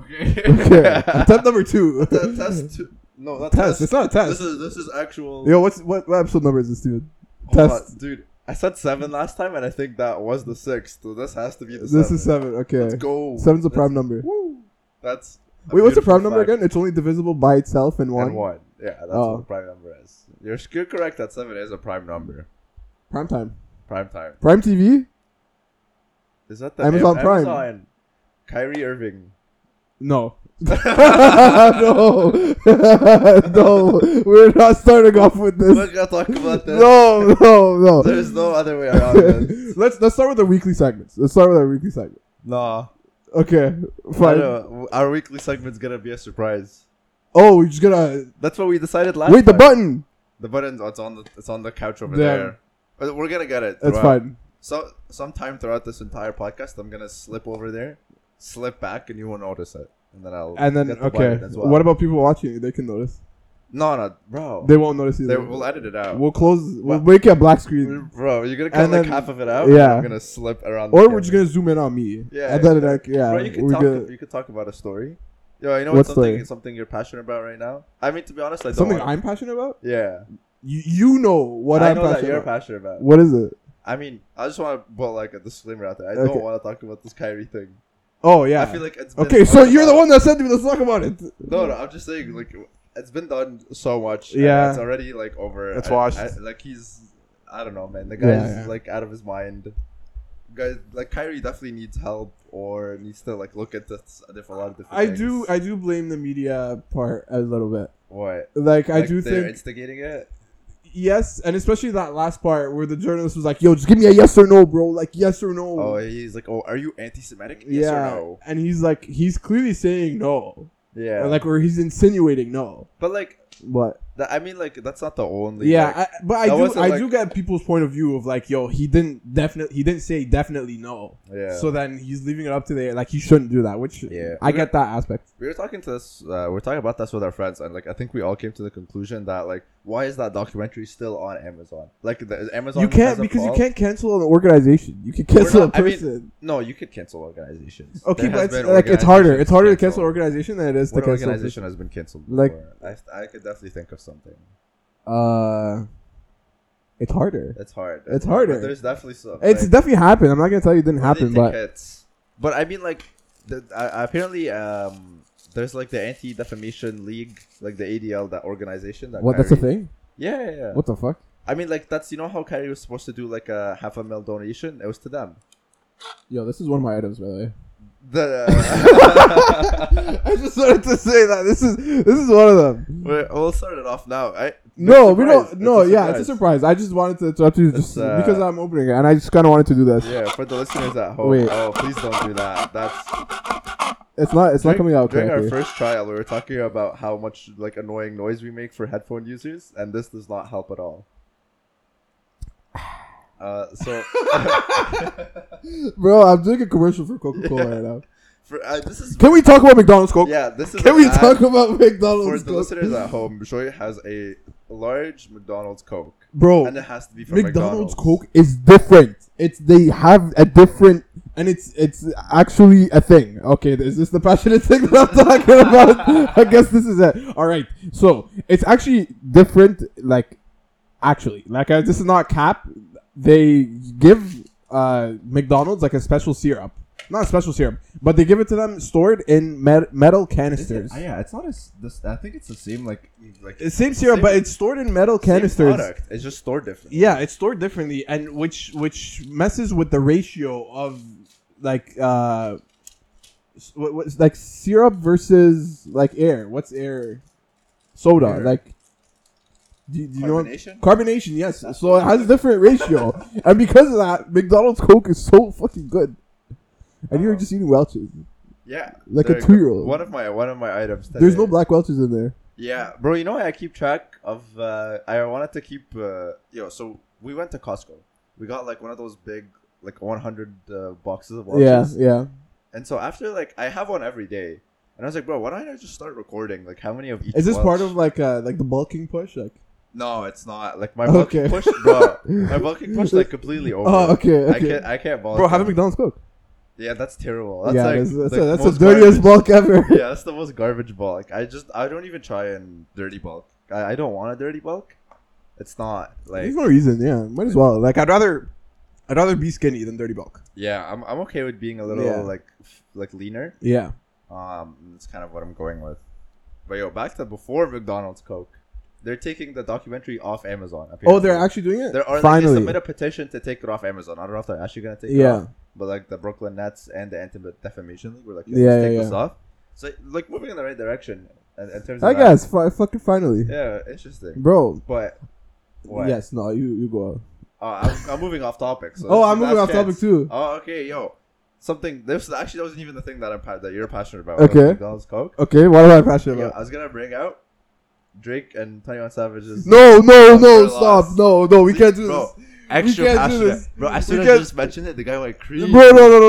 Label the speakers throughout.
Speaker 1: Okay.
Speaker 2: Attempt number two.
Speaker 3: Te- test two. No, not
Speaker 2: Test.
Speaker 3: test.
Speaker 2: It's not a test.
Speaker 3: This is this is actual.
Speaker 2: Yo, what's what, what episode number is this, Steven?
Speaker 3: Hold
Speaker 2: test.
Speaker 3: on, dude. I said seven last time, and I think that was the sixth. So this has to be the
Speaker 2: This
Speaker 3: seven.
Speaker 2: is seven. Okay.
Speaker 3: Let's go.
Speaker 2: Seven's a prime
Speaker 3: That's-
Speaker 2: number.
Speaker 3: Woo. That's. a
Speaker 2: Wait, what's the
Speaker 3: beautiful
Speaker 2: prime number
Speaker 3: fact.
Speaker 2: again? It's only divisible by itself and one.
Speaker 3: And one. Yeah, that's
Speaker 2: Oh.
Speaker 3: what the prime number is. You're, you're correct that seven is a prime number.
Speaker 2: Prime time.
Speaker 3: Prime time.
Speaker 2: Prime TV?
Speaker 3: Is that the
Speaker 2: Amazon
Speaker 3: Am-
Speaker 2: Prime.
Speaker 3: Amazon. Kyrie Irving.
Speaker 2: No. no. no. We're not starting off with
Speaker 3: We're
Speaker 2: this.
Speaker 3: not gonna talk about this.
Speaker 2: No, no, no.
Speaker 3: There's no other way around this.
Speaker 2: let's let's start with our weekly segments. Let's start with our weekly segment.
Speaker 3: Nah.
Speaker 2: Okay.
Speaker 3: I
Speaker 2: Fine.
Speaker 3: know. Our weekly segment's gonna be a surprise.
Speaker 2: Oh, we're just gonna
Speaker 3: That's what we decided last
Speaker 2: wait the
Speaker 3: time.
Speaker 2: button.
Speaker 3: The button's it's on the it's on the couch over
Speaker 2: Damn.
Speaker 3: there. But we're gonna get it.
Speaker 2: That's
Speaker 3: throughout.
Speaker 2: fine.
Speaker 3: So sometime throughout this entire podcast, I'm gonna slip over there, slip back, and you won't notice it. And then I'll
Speaker 2: And then
Speaker 3: get the
Speaker 2: okay.
Speaker 3: button as well.
Speaker 2: What about people watching? They can notice.
Speaker 3: No, no, bro.
Speaker 2: They won't notice
Speaker 3: They-
Speaker 2: either.
Speaker 3: we'll edit it out.
Speaker 2: We'll close. We'll
Speaker 3: Well-
Speaker 2: make it a black screen,
Speaker 3: Bro, you're gonna cut
Speaker 2: And
Speaker 3: like
Speaker 2: then-
Speaker 3: half of it out.
Speaker 2: yeah.
Speaker 3: Yeah. I'm gonna slip around. the
Speaker 2: or we're
Speaker 3: camera.
Speaker 2: just gonna zoom in on me.
Speaker 3: Yeah,
Speaker 2: and then
Speaker 3: yeah.
Speaker 2: like yeah,
Speaker 3: Bro, you could
Speaker 2: we're
Speaker 3: talk.
Speaker 2: gonna,
Speaker 3: You could talk about a story. Yo, you know
Speaker 2: What
Speaker 3: what's something
Speaker 2: story?
Speaker 3: something you're passionate about right now? I mean, to be honest, I don't.
Speaker 2: something
Speaker 3: wanna-
Speaker 2: I'm passionate about.
Speaker 3: Yeah.
Speaker 2: You you know what
Speaker 3: I
Speaker 2: am
Speaker 3: know
Speaker 2: passionate
Speaker 3: that you're
Speaker 2: about.
Speaker 3: passionate about.
Speaker 2: What is it?
Speaker 3: I mean, I just want to put like a disclaimer out there. I
Speaker 2: Okay.
Speaker 3: don't want to talk about this Kyrie thing.
Speaker 2: Oh yeah.
Speaker 3: I feel like it's been
Speaker 2: okay, so
Speaker 3: talked
Speaker 2: you're the
Speaker 3: about-
Speaker 2: one that said to me, let's talk about it.
Speaker 3: No, no, I'm just saying like it's been done so much. and
Speaker 2: Yeah.
Speaker 3: it's already like over.
Speaker 2: It's
Speaker 3: I-
Speaker 2: washed.
Speaker 3: I- like he's, I don't know, man. The
Speaker 2: Yeah,
Speaker 3: guy's
Speaker 2: yeah.
Speaker 3: like out of his mind. Guys, like Kyrie definitely needs help or needs to like look at this a diff- a lot of different.
Speaker 2: I
Speaker 3: things.
Speaker 2: do I do blame the media part a little bit.
Speaker 3: What?
Speaker 2: Like, I
Speaker 3: Like,
Speaker 2: do
Speaker 3: they're
Speaker 2: think
Speaker 3: instigating it.
Speaker 2: yes, and especially that last part where the journalist was like, "Yo, just give me a yes or no, bro. Like yes or no."
Speaker 3: Oh, he's like, oh, are you anti-Semitic? Yes
Speaker 2: yeah.
Speaker 3: or no?
Speaker 2: And he's like, he's clearly saying no,
Speaker 3: Yeah.
Speaker 2: or like, or he's insinuating no.
Speaker 3: but like,
Speaker 2: But
Speaker 3: that, I mean, like, that's not the only.
Speaker 2: yeah,
Speaker 3: like-
Speaker 2: I, but I
Speaker 3: that
Speaker 2: do
Speaker 3: wasn't
Speaker 2: I
Speaker 3: like-
Speaker 2: do get people's point of view of like, yo, he didn't definitely he didn't say definitely no.
Speaker 3: yeah.
Speaker 2: So then he's leaving it up to the like he shouldn't do that, which
Speaker 3: Yeah.
Speaker 2: I get that aspect.
Speaker 3: we were talking to this. Uh, we are talking about this with our friends, and like, I think we all came to the conclusion that like, why is that documentary still on Amazon? Like, the, is Amazon.
Speaker 2: you
Speaker 3: has
Speaker 2: can't
Speaker 3: a
Speaker 2: because you
Speaker 3: fault?
Speaker 2: can't cancel an organization. You can cancel
Speaker 3: not-
Speaker 2: a
Speaker 3: I mean,
Speaker 2: person.
Speaker 3: No, you could cancel organizations.
Speaker 2: Okay,
Speaker 3: There has
Speaker 2: but it's,
Speaker 3: been
Speaker 2: like it's harder.
Speaker 3: organizations
Speaker 2: It's harder to cancel
Speaker 3: canceled.
Speaker 2: organization than it is
Speaker 3: What
Speaker 2: to cancel.
Speaker 3: organization has been canceled?
Speaker 2: Like-
Speaker 3: before? I, I could definitely think of something.
Speaker 2: Uh, it's harder.
Speaker 3: It's hard.
Speaker 2: It's harder.
Speaker 3: But there's definitely some.
Speaker 2: It's
Speaker 3: like-
Speaker 2: definitely happened. I'm not gonna tell you it didn't
Speaker 3: Well, they
Speaker 2: happen,
Speaker 3: take
Speaker 2: but
Speaker 3: hits. but I mean, like, the, uh, apparently, um, there's like the Anti Defamation League, like the ADL, that organization. That
Speaker 2: what? That's a
Speaker 3: Kyrie-
Speaker 2: thing.
Speaker 3: Yeah, yeah, yeah.
Speaker 2: What the fuck?
Speaker 3: I mean, like, that's you know how Kyrie was supposed to do like a half a mil donation. It was to them.
Speaker 2: Yo, this is one of my items, by the way.
Speaker 3: The uh,
Speaker 2: I just wanted to say that this is this is one of them.
Speaker 3: We're, we'll start it off now. I
Speaker 2: No, we
Speaker 3: surprise.
Speaker 2: don't. No,
Speaker 3: It's a
Speaker 2: yeah, it's a surprise. I just wanted to interrupt you just
Speaker 3: It's, uh,
Speaker 2: because I'm opening it, and I just kind of wanted to do this.
Speaker 3: yeah. For the listeners at home,
Speaker 2: Wait.
Speaker 3: oh please don't do that. That's
Speaker 2: It's not. It's not
Speaker 3: during,
Speaker 2: coming out
Speaker 3: during our
Speaker 2: correctly.
Speaker 3: first trial. We were talking about how much like annoying noise we make for headphone users, and this does not help at all. Uh, so
Speaker 2: Bro, I'm doing a commercial for Coca Cola
Speaker 3: Yeah.
Speaker 2: right now.
Speaker 3: for, uh, this is
Speaker 2: Can we talk about McDonald's Coke?
Speaker 3: yeah. This is
Speaker 2: Can
Speaker 3: an
Speaker 2: we
Speaker 3: ad
Speaker 2: talk about
Speaker 3: for
Speaker 2: McDonald's
Speaker 3: the
Speaker 2: Coke?
Speaker 3: listeners uh, at home? Joy has a large McDonald's Coke,
Speaker 2: Bro,
Speaker 3: and it has to be from
Speaker 2: McDonald's Coke is different. It's they have a different, and it's it's actually a thing. Okay, is this the passionate thing that I'm talking about? I guess this is it. All right, so it's actually different. Like, actually, like uh, this is not cap. They give uh McDonald's like a special syrup, not special syrup, but they give it to them stored in met- metal canisters.
Speaker 3: Ah, yeah, it's not as this. I think it's the same like like
Speaker 2: It's same syrup,
Speaker 3: Same-
Speaker 2: but it's stored in metal
Speaker 3: same
Speaker 2: canisters.
Speaker 3: product. It's just stored different.
Speaker 2: Yeah, it's stored differently, and which which messes with the ratio of like uh, s- what, what's like syrup versus like air. What's air? Soda.
Speaker 3: Air.
Speaker 2: Like, do, do you know what?
Speaker 3: Carbonation?
Speaker 2: Carbonation. Yes. So it has a different ratio, and because of that, McDonald's Coke is so fucking good. And you're
Speaker 3: Oh.
Speaker 2: just eating Welch's.
Speaker 3: Yeah,
Speaker 2: Like a
Speaker 3: there you go.
Speaker 2: two-year-old.
Speaker 3: One of my one of my items.
Speaker 2: There's no
Speaker 3: today.
Speaker 2: black Welch's in there.
Speaker 3: Yeah, bro. You know I keep track of. Uh, I wanted to keep. Uh, yo, so we went to Costco. We got like one of those big, like 100 uh, boxes of watches.
Speaker 2: Yeah, yeah.
Speaker 3: And so after like I have one every day, and I was like, bro, why don't I just start recording? Like, how many of each?
Speaker 2: Is this
Speaker 3: watch?
Speaker 2: part of like uh like the bulking push? Like,
Speaker 3: No, it's not. Like my
Speaker 2: Okay.
Speaker 3: bulking push, bro. My bulking push like completely over.
Speaker 2: oh, okay,
Speaker 3: I
Speaker 2: okay.
Speaker 3: can't. I can't bulk.
Speaker 2: Bro, have a
Speaker 3: now.
Speaker 2: McDonald's Coke.
Speaker 3: Yeah, that's terrible. That's
Speaker 2: yeah,
Speaker 3: like
Speaker 2: that's, that's,
Speaker 3: the
Speaker 2: a, that's the
Speaker 3: most
Speaker 2: dirtiest
Speaker 3: garbage-
Speaker 2: bulk ever.
Speaker 3: Yeah, that's the most garbage bulk. I just I don't even try and dirty bulk. I, I don't want a dirty bulk. It's not like
Speaker 2: There's no reason. Yeah, might as well. Like I'd rather, I'd rather be skinny than dirty bulk.
Speaker 3: yeah, I'm I'm okay with being a little
Speaker 2: Yeah.
Speaker 3: like f- like leaner.
Speaker 2: Yeah.
Speaker 3: Um, that's kind of what I'm going with. But yo, back to before McDonald's Coke, they're taking the documentary off Amazon.
Speaker 2: Oh, they're
Speaker 3: apparently.
Speaker 2: actually doing it.
Speaker 3: They're, or Finally. they
Speaker 2: Finally.
Speaker 3: submit a petition to take it off Amazon. I don't know if they're actually gonna take it
Speaker 2: yeah.
Speaker 3: off, but like the Brooklyn Nets and the Anti Defamation League were like,
Speaker 2: Yeah,
Speaker 3: yeah, let's
Speaker 2: yeah,
Speaker 3: take
Speaker 2: yeah.
Speaker 3: this off. So like moving in the right direction in, in terms of
Speaker 2: I
Speaker 3: that.
Speaker 2: guess. Fi- fucking finally,
Speaker 3: Yeah, interesting.
Speaker 2: bro.
Speaker 3: But what?
Speaker 2: Yes. No. You you go. Out.
Speaker 3: Oh, I'm, I'm moving off topic. So
Speaker 2: Oh,
Speaker 3: let's
Speaker 2: I'm
Speaker 3: do
Speaker 2: moving
Speaker 3: last
Speaker 2: off topic
Speaker 3: chance.
Speaker 2: too.
Speaker 3: Oh, okay, yo, something. This actually wasn't even the thing that I'm pa- that you're passionate about.
Speaker 2: Okay.
Speaker 3: McDonald's Coke.
Speaker 2: Okay. What am I passionate
Speaker 3: Yeah,
Speaker 2: about?
Speaker 3: I was gonna bring out Drake and Twenty One Savage's.
Speaker 2: No, no, no,
Speaker 3: We're
Speaker 2: stop.
Speaker 3: lost.
Speaker 2: No, no, we
Speaker 3: See,
Speaker 2: can't do
Speaker 3: bro,
Speaker 2: this.
Speaker 3: extra
Speaker 2: can't do
Speaker 3: passionate,
Speaker 2: this.
Speaker 3: bro. As
Speaker 2: We
Speaker 3: soon as I
Speaker 2: can't-
Speaker 3: just mentioned it, the guy went crazy.
Speaker 2: Bro, no, no, no, no, no,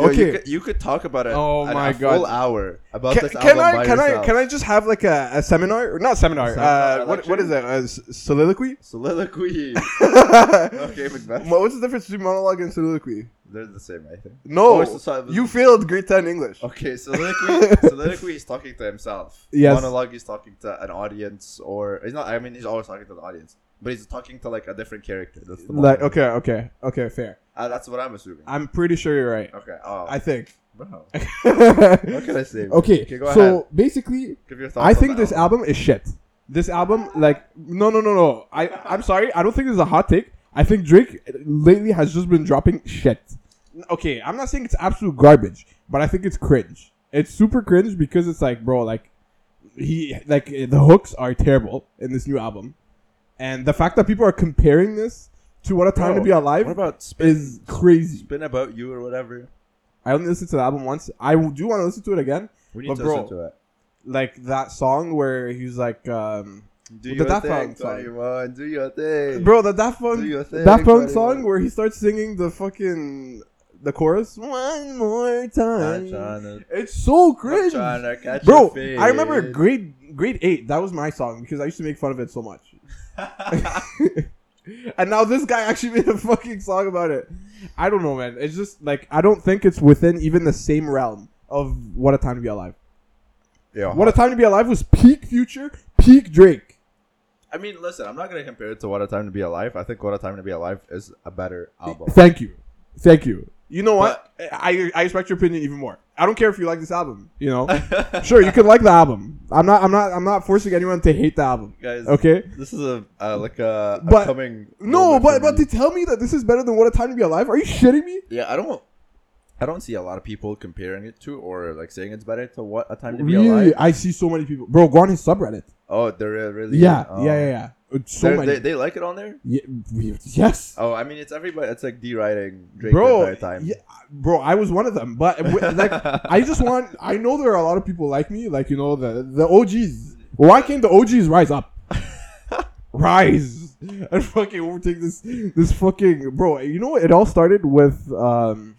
Speaker 3: Yo, you
Speaker 2: Okay.
Speaker 3: could, you could talk about it.
Speaker 2: Oh
Speaker 3: an-
Speaker 2: my
Speaker 3: a
Speaker 2: God.
Speaker 3: Full hour about
Speaker 2: Can,
Speaker 3: this
Speaker 2: can
Speaker 3: album
Speaker 2: I
Speaker 3: by
Speaker 2: can I
Speaker 3: yourself.
Speaker 2: can I just have like a, a seminar or not seminar?
Speaker 3: Seminar,
Speaker 2: uh, what, what
Speaker 3: lecture?
Speaker 2: is that? A s- soliloquy?
Speaker 3: soliloquy?
Speaker 2: okay.
Speaker 3: okay, Macbeth.
Speaker 2: What's the difference between monologue and soliloquy?
Speaker 3: They're the same, I think.
Speaker 2: No,
Speaker 3: Oh, it's the same.
Speaker 2: you failed grade ten English.
Speaker 3: Okay, soliloquy. soliloquy. He's talking to himself.
Speaker 2: Yes.
Speaker 3: Monologue. He's talking to an audience, or he's not. I mean, he's always talking to the audience, but he's talking to like a different character. That's the
Speaker 2: Like
Speaker 3: monologue.
Speaker 2: okay, okay, okay, fair.
Speaker 3: Uh, that's what I'm assuming.
Speaker 2: I'm pretty sure you're right.
Speaker 3: okay. Oh,
Speaker 2: I think.
Speaker 3: bro. What
Speaker 2: okay,
Speaker 3: can I say? bro? go
Speaker 2: so
Speaker 3: ahead.
Speaker 2: basically,
Speaker 3: Give your thoughts
Speaker 2: I
Speaker 3: on
Speaker 2: think
Speaker 3: the
Speaker 2: this album. is shit. This album, like, no, no, no, no. I, I'm sorry. I don't think this is a hot take. I think Drake lately has just been dropping shit. Okay, I'm not saying it's absolute garbage, but I think it's cringe. It's super cringe because it's like, bro, like, he, like, the hooks are terrible in this new album, and the fact that people are comparing this to "What a Time to
Speaker 3: Bro,
Speaker 2: Be Alive"
Speaker 3: What about spin,
Speaker 2: is crazy.
Speaker 3: spin about you or whatever?
Speaker 2: I only listened to the album once. I do want to listen to it again.
Speaker 3: We need
Speaker 2: But
Speaker 3: to
Speaker 2: bro,
Speaker 3: listen to it.
Speaker 2: Like that song where he's like, um,
Speaker 3: Do
Speaker 2: with
Speaker 3: your
Speaker 2: the Daft
Speaker 3: thing,
Speaker 2: Punk song.
Speaker 3: 21, do your thing.
Speaker 2: Bro, the Daft
Speaker 3: Do
Speaker 2: Punk,
Speaker 3: your thing,
Speaker 2: Daft Punk
Speaker 3: buddy.
Speaker 2: song where he starts singing the fucking the chorus one more
Speaker 3: I'm
Speaker 2: time.
Speaker 3: trying to,
Speaker 2: It's so
Speaker 3: I'm
Speaker 2: cringe,
Speaker 3: trying to catch
Speaker 2: bro.
Speaker 3: a
Speaker 2: I remember
Speaker 3: fish.
Speaker 2: grade grade eight. That was my song because I used to make fun of it so much. and now this guy actually made a fucking song about it. I don't know, man. It's just like I don't think it's within even the same realm of what a time to be alive.
Speaker 3: Yo,
Speaker 2: What a time to be alive was peak Future, peak Drake.
Speaker 3: I mean, listen, I'm not gonna compare it to What a Time to Be Alive. I think What a Time to Be Alive is a better album.
Speaker 2: Thank you. Thank you. You know what? I I respect your opinion even more. I don't care if you like this album, you know?
Speaker 3: Guys,
Speaker 2: sure, you could like the album. I'm not I'm not I'm not forcing anyone to hate the album. Okay?
Speaker 3: this is a uh, like a, a
Speaker 2: But-
Speaker 3: coming.
Speaker 2: No,
Speaker 3: moment
Speaker 2: but
Speaker 3: for
Speaker 2: but
Speaker 3: me.
Speaker 2: to tell me that this is better than What a Time to Be Alive? Are you shitting me?
Speaker 3: yeah, I don't. I don't see a lot of people comparing it to or like saying it's better to What a Time to Be Alive.
Speaker 2: Really? I see so many people. Bro, go on his subreddit.
Speaker 3: Oh, they're really
Speaker 2: Yeah,
Speaker 3: oh.
Speaker 2: yeah, yeah, yeah. It's So
Speaker 3: They're-
Speaker 2: many.
Speaker 3: They, they like it on there.
Speaker 2: Ye- we- yes.
Speaker 3: Oh, I mean, it's everybody. It's like deriding Drake the
Speaker 2: Bro,
Speaker 3: entire time.
Speaker 2: yeah, bro, I was one of them, but w- like I just want. I know there are a lot of people like me, like you know the the OGs. Why can't the OGs rise up, rise and fucking overtake this this fucking bro? You know it all started with um,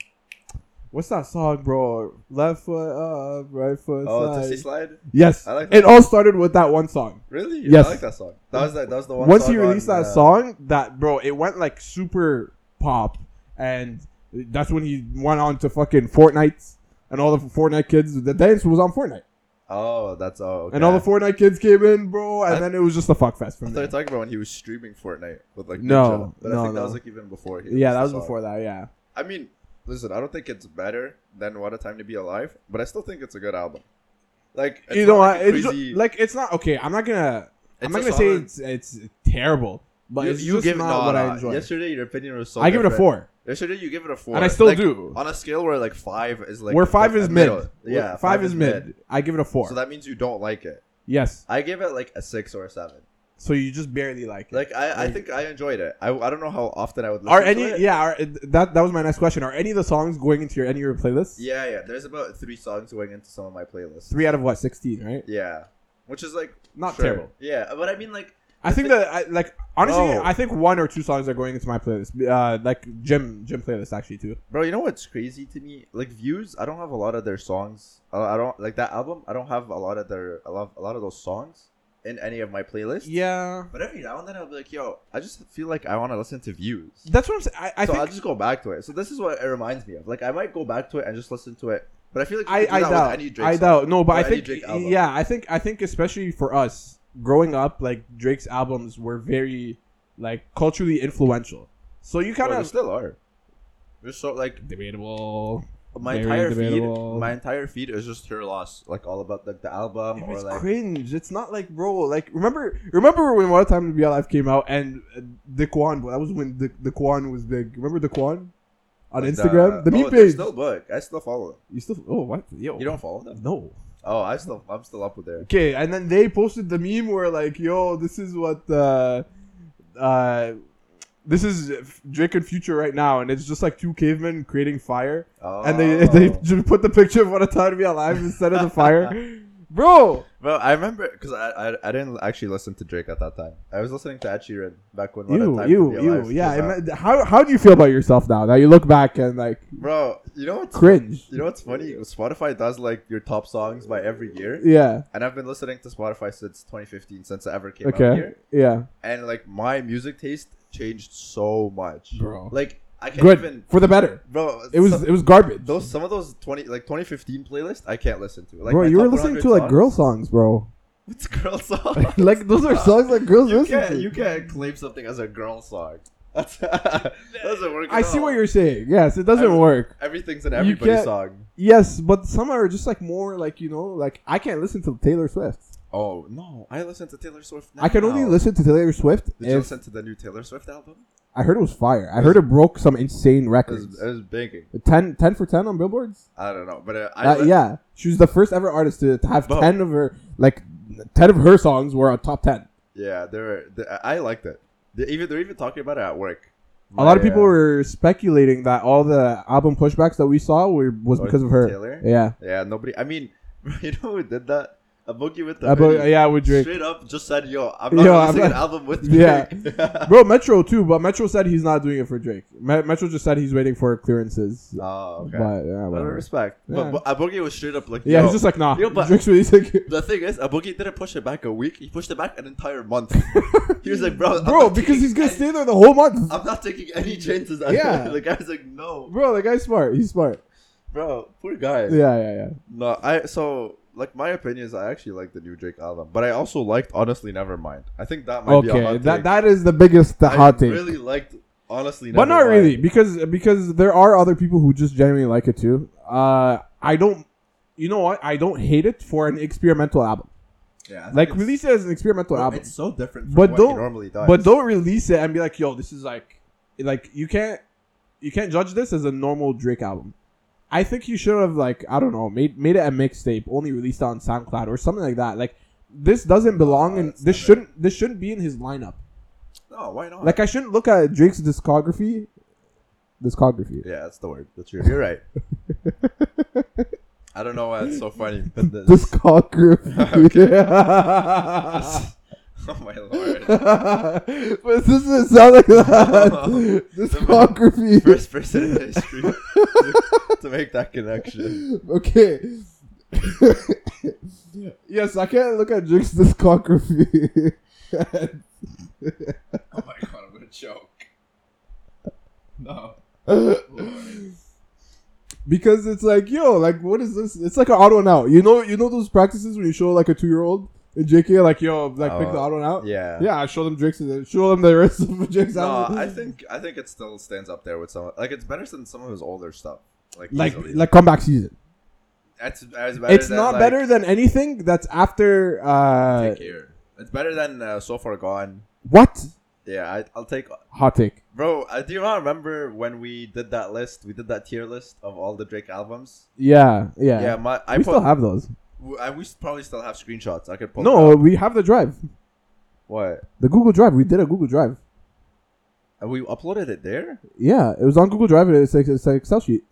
Speaker 2: what's that song, bro? Left foot up, right foot
Speaker 3: oh,
Speaker 2: side.
Speaker 3: Tipsy Slide.
Speaker 2: yes,
Speaker 3: I like
Speaker 2: it all started with that one song.
Speaker 3: Really?
Speaker 2: Yes.
Speaker 3: I like that song. That was that. That was the one.
Speaker 2: Once
Speaker 3: song
Speaker 2: he released
Speaker 3: on,
Speaker 2: that
Speaker 3: uh,
Speaker 2: song, that bro, it went like super pop, and that's when he went on to fucking Fortnite and all the Fortnite kids. The dance was on Fortnite.
Speaker 3: Oh, that's oh. Okay.
Speaker 2: And all the Fortnite kids came in, bro, and
Speaker 3: I-
Speaker 2: then it was just a fuck fest
Speaker 3: I
Speaker 2: from
Speaker 3: thought you were
Speaker 2: there.
Speaker 3: talking about when he was streaming Fortnite with like Ninja,
Speaker 2: No,
Speaker 3: but
Speaker 2: no,
Speaker 3: I think
Speaker 2: no.
Speaker 3: that was like even before. He
Speaker 2: Yeah,
Speaker 3: released
Speaker 2: that
Speaker 3: the
Speaker 2: was
Speaker 3: song.
Speaker 2: before that. Yeah,
Speaker 3: I mean, listen, I don't think it's better than What a Time to Be Alive, but I still think it's a good album. Like it's
Speaker 2: you
Speaker 3: not
Speaker 2: know,
Speaker 3: like
Speaker 2: what?
Speaker 3: a
Speaker 2: it's ju-
Speaker 3: crazy-
Speaker 2: like it's not okay. I'm not gonna. I'm
Speaker 3: it's
Speaker 2: not
Speaker 3: a
Speaker 2: gonna say
Speaker 3: solid-
Speaker 2: it's it's terrible, but
Speaker 3: you,
Speaker 2: it's
Speaker 3: you
Speaker 2: just
Speaker 3: give
Speaker 2: not
Speaker 3: no,
Speaker 2: what
Speaker 3: no.
Speaker 2: I enjoy.
Speaker 3: Yesterday, your opinion was so.
Speaker 2: I give it a
Speaker 3: different.
Speaker 2: four,
Speaker 3: Yesterday, you give it a four,
Speaker 2: and I still
Speaker 3: Like,
Speaker 2: do.
Speaker 3: On a scale where like five is like
Speaker 2: Where five
Speaker 3: like,
Speaker 2: is
Speaker 3: a
Speaker 2: mid,
Speaker 3: middle.
Speaker 2: yeah,
Speaker 3: yeah,
Speaker 2: five, is mid. I give it a four.
Speaker 3: So that means you don't like it.
Speaker 2: yes,
Speaker 3: I give it like a six or a seven.
Speaker 2: so you just barely like it.
Speaker 3: Like I, I think I enjoyed it. I, I don't know how often I would listen
Speaker 2: Are
Speaker 3: to
Speaker 2: any
Speaker 3: it.
Speaker 2: yeah? Are, that that was my next question. Are any of the songs going into your any of your playlists?
Speaker 3: Yeah, yeah. There's about three songs going into some of my playlists.
Speaker 2: Three out of what sixteen, right?
Speaker 3: Yeah, which is like
Speaker 2: Not
Speaker 3: sure.
Speaker 2: terrible.
Speaker 3: Yeah, but I mean like
Speaker 2: I think that I, like honestly,
Speaker 3: No.
Speaker 2: I think one or two songs are going into my playlist, uh, like gym gym playlist actually too.
Speaker 3: Bro, you know what's crazy to me? Like views, I don't have a lot of their songs. I, I don't like that album. I don't have a lot of their. I love a lot of those songs. in any of my playlists.
Speaker 4: Yeah.
Speaker 3: But every now and then I'll be like, yo, I just feel like I want to listen to views.
Speaker 4: That's what I'm saying. I, I
Speaker 3: so
Speaker 4: think
Speaker 3: I'll just go back to it. So this is what it reminds me of. Like I might go back to it and just listen to it. But I feel like you
Speaker 4: I,
Speaker 3: can do
Speaker 4: I
Speaker 3: that with
Speaker 4: doubt.
Speaker 3: any Drake
Speaker 4: I
Speaker 3: song.
Speaker 4: doubt. No, but
Speaker 3: Or
Speaker 4: I
Speaker 3: any
Speaker 4: think
Speaker 3: Drake album.
Speaker 4: yeah, I think I think especially for us growing up, like Drake's albums were very like culturally influential. So you
Speaker 3: Well,
Speaker 4: kind
Speaker 3: there
Speaker 4: of
Speaker 3: still are. There's so like
Speaker 4: debatable.
Speaker 3: my
Speaker 4: Very
Speaker 3: entire
Speaker 4: debatable.
Speaker 3: feed, my entire feed is just her loss, like all about like the album
Speaker 4: It
Speaker 3: or
Speaker 4: was
Speaker 3: like
Speaker 4: cringe. It's not like bro. Like remember, remember when What Time to Be Alive came out and uh, Daquan. That was when the Daquan was big. Remember Daquan on
Speaker 3: like,
Speaker 4: Instagram, the, meme
Speaker 3: oh, they're
Speaker 4: page.
Speaker 3: Still book. I still follow them.
Speaker 4: you still? Oh what? Yo,
Speaker 3: You don't follow them?
Speaker 4: No.
Speaker 3: Oh, I still I'm still up with there.
Speaker 4: Okay, and then they posted the meme where like, yo, this is what uh uh this is Drake and Future right now, and it's just like two cavemen creating fire,
Speaker 3: Oh.
Speaker 4: and they they just put the picture of what a time to be alive instead of the fire, bro.
Speaker 3: Well, I remember because I, I I didn't actually listen to Drake at that time. I was listening to Ed Sheeran back when. What a
Speaker 4: You
Speaker 3: Time to
Speaker 4: you
Speaker 3: Be Alive
Speaker 4: you
Speaker 3: came
Speaker 4: yeah. I
Speaker 3: out.
Speaker 4: mean, how how do you feel about yourself now? Now you look back and like
Speaker 3: Bro, you know what's
Speaker 4: cringe.
Speaker 3: you know what's funny? Spotify does like your top songs by every year,
Speaker 4: Yeah.
Speaker 3: and I've been listening to Spotify since 2015, since I ever came out
Speaker 4: Okay.
Speaker 3: here,
Speaker 4: Yeah.
Speaker 3: and like my music taste changed so much,
Speaker 4: Bro.
Speaker 3: Like I can't
Speaker 2: Good
Speaker 3: even,
Speaker 2: for the better.
Speaker 3: bro.
Speaker 2: It was
Speaker 3: some,
Speaker 2: it was garbage.
Speaker 3: those some of those 20 like 2015 playlists I can't listen to. Like
Speaker 2: bro,
Speaker 3: my
Speaker 2: you were
Speaker 3: top
Speaker 2: listening
Speaker 3: 100
Speaker 2: to like
Speaker 3: songs-
Speaker 2: girl songs, bro.
Speaker 3: What's girl song?
Speaker 2: like those are songs like girls
Speaker 3: you
Speaker 2: listen
Speaker 3: can't
Speaker 2: to.
Speaker 3: you can't claim something as a girl song. That's doesn't work.
Speaker 2: I
Speaker 3: at
Speaker 2: see
Speaker 3: all.
Speaker 2: what you're saying. Yes, it doesn't
Speaker 3: I-
Speaker 2: work.
Speaker 3: Everything's an
Speaker 2: You
Speaker 3: everybody
Speaker 2: can't-
Speaker 3: song.
Speaker 2: Yes, but some are just like more like you know, like I can't listen to Taylor Swift.
Speaker 3: Oh no, I listen to Taylor Swift. Now.
Speaker 2: I can only listen to Taylor Swift
Speaker 3: Did you
Speaker 2: if
Speaker 3: listen to the new Taylor Swift album?
Speaker 2: I heard it was fire. I heard it broke some insane
Speaker 3: It was,
Speaker 2: records.
Speaker 3: it was banking.
Speaker 2: 10, 10 for ten on billboards.
Speaker 3: I don't know, but uh, I
Speaker 2: That-
Speaker 3: li-
Speaker 2: yeah, she was the first ever artist to, to have
Speaker 3: Bro.
Speaker 2: ten of her like ten of her songs were a top ten.
Speaker 3: yeah, they were. They, I I liked it. They even they're even talking about it at work.
Speaker 2: A lot of
Speaker 3: My,
Speaker 2: people
Speaker 3: uh,
Speaker 2: were speculating that all the album pushbacks that we saw were was
Speaker 3: Oh,
Speaker 2: because of her.
Speaker 3: Taylor?
Speaker 2: Yeah,
Speaker 3: Yeah, nobody. I mean, you know who did that? A boogie with the
Speaker 2: About-
Speaker 3: Hoodie
Speaker 2: Uh, yeah, with Drake,
Speaker 3: Straight up, just said, "Yo, I'm not
Speaker 2: Yo, I'm
Speaker 3: releasing
Speaker 2: not-
Speaker 3: an album with
Speaker 2: Yeah.
Speaker 3: Drake."
Speaker 2: bro. Metro too, but Metro said he's not doing it for Drake. Me- Metro just said he's waiting for clearances.
Speaker 3: oh, okay.
Speaker 2: But yeah,
Speaker 3: But
Speaker 2: whatever.
Speaker 3: respect.
Speaker 2: Yeah.
Speaker 3: But, but a boogie was straight up like,
Speaker 2: yeah,
Speaker 3: yo,
Speaker 2: he's just like nah.
Speaker 3: Yo, but-
Speaker 2: Drake's releasing.
Speaker 3: The thing is, Abugi didn't push it back a week. He pushed it back an entire month. he was like, "Bro, I'm
Speaker 2: bro,
Speaker 3: not
Speaker 2: because
Speaker 3: taking
Speaker 2: he's gonna
Speaker 3: any-
Speaker 2: stay there the whole month.
Speaker 3: I'm not taking any chances."
Speaker 2: Yeah.
Speaker 3: the guy's like, "No,
Speaker 2: Bro, the guy's smart. He's smart.
Speaker 3: bro, poor guy."
Speaker 2: Yeah, yeah, yeah.
Speaker 3: No, I so like my opinion is I actually like the new Drake album, but I also liked honestly Nevermind. I think that might be a
Speaker 2: Okay,
Speaker 3: hot
Speaker 2: that
Speaker 3: take.
Speaker 2: that is the biggest uh,
Speaker 3: I
Speaker 2: hot take.
Speaker 3: really liked honestly,
Speaker 2: but not
Speaker 3: Nevermind.
Speaker 2: really because because there are other people who just genuinely like it too. Uh, I don't. You know what? I don't hate it for an experimental album.
Speaker 3: Yeah, I think
Speaker 2: Like
Speaker 3: it's-
Speaker 2: release it as an experimental
Speaker 3: no,
Speaker 2: album,
Speaker 3: It's so different. From
Speaker 2: But
Speaker 3: what
Speaker 2: don't-
Speaker 3: he normally does.
Speaker 2: but don't release it and be like, "Yo, this is like, like you can't, you can't judge this as a normal Drake album." I think you should have like I don't know made made it a mixtape, only released on SoundCloud or something like that. Like this doesn't belong in
Speaker 3: that's
Speaker 2: this
Speaker 3: never-
Speaker 2: shouldn't this shouldn't be in his lineup.
Speaker 3: no, why not?
Speaker 2: Like I shouldn't look at Drake's discography. Discography.
Speaker 3: yeah, that's the word. That's true. You're right. I don't know why it's so funny, but the,
Speaker 2: Discography.
Speaker 3: oh my lord.
Speaker 2: but this doesn't sound like that. discography.
Speaker 3: First person in history to, to make that connection.
Speaker 2: Okay. yes, I can't look at Drake's discography.
Speaker 3: Oh my god, I'm gonna choke. No.
Speaker 2: because it's like, yo, like, what is this? It's like an auto and out. You know, you know those practices when you show like a two year old in JK, like, yo, like, pick
Speaker 3: Oh,
Speaker 2: the auto and out.
Speaker 3: Yeah.
Speaker 2: Yeah, I show them Drake's. Show them the rest of Drake's
Speaker 3: No,
Speaker 2: album.
Speaker 3: I think I think it still stands up there with some. Like it's better than some of his older stuff. Like
Speaker 2: like
Speaker 3: easily.
Speaker 2: like comeback season.
Speaker 3: it's, it's, better
Speaker 2: It's
Speaker 3: than,
Speaker 2: not
Speaker 3: like,
Speaker 2: better than anything that's after. uh
Speaker 3: Take Care. It's better than uh, So Far Gone.
Speaker 2: What
Speaker 3: Yeah, I, I'll take.
Speaker 2: hot take?
Speaker 3: Bro, uh, do you not remember when we did that list? We did that tier list of all the Drake albums.
Speaker 2: Yeah, yeah.
Speaker 3: Yeah, my I
Speaker 2: we
Speaker 3: put,
Speaker 2: still have those.
Speaker 3: w- I, we s- probably still have screenshots. I could pull. it
Speaker 2: No,
Speaker 3: up.
Speaker 2: we have the drive,
Speaker 3: what?
Speaker 2: the Google Drive. We did a Google Drive.
Speaker 3: And we uploaded it there?
Speaker 2: Yeah, it was on Google Drive. and It's like it's like Excel sheet.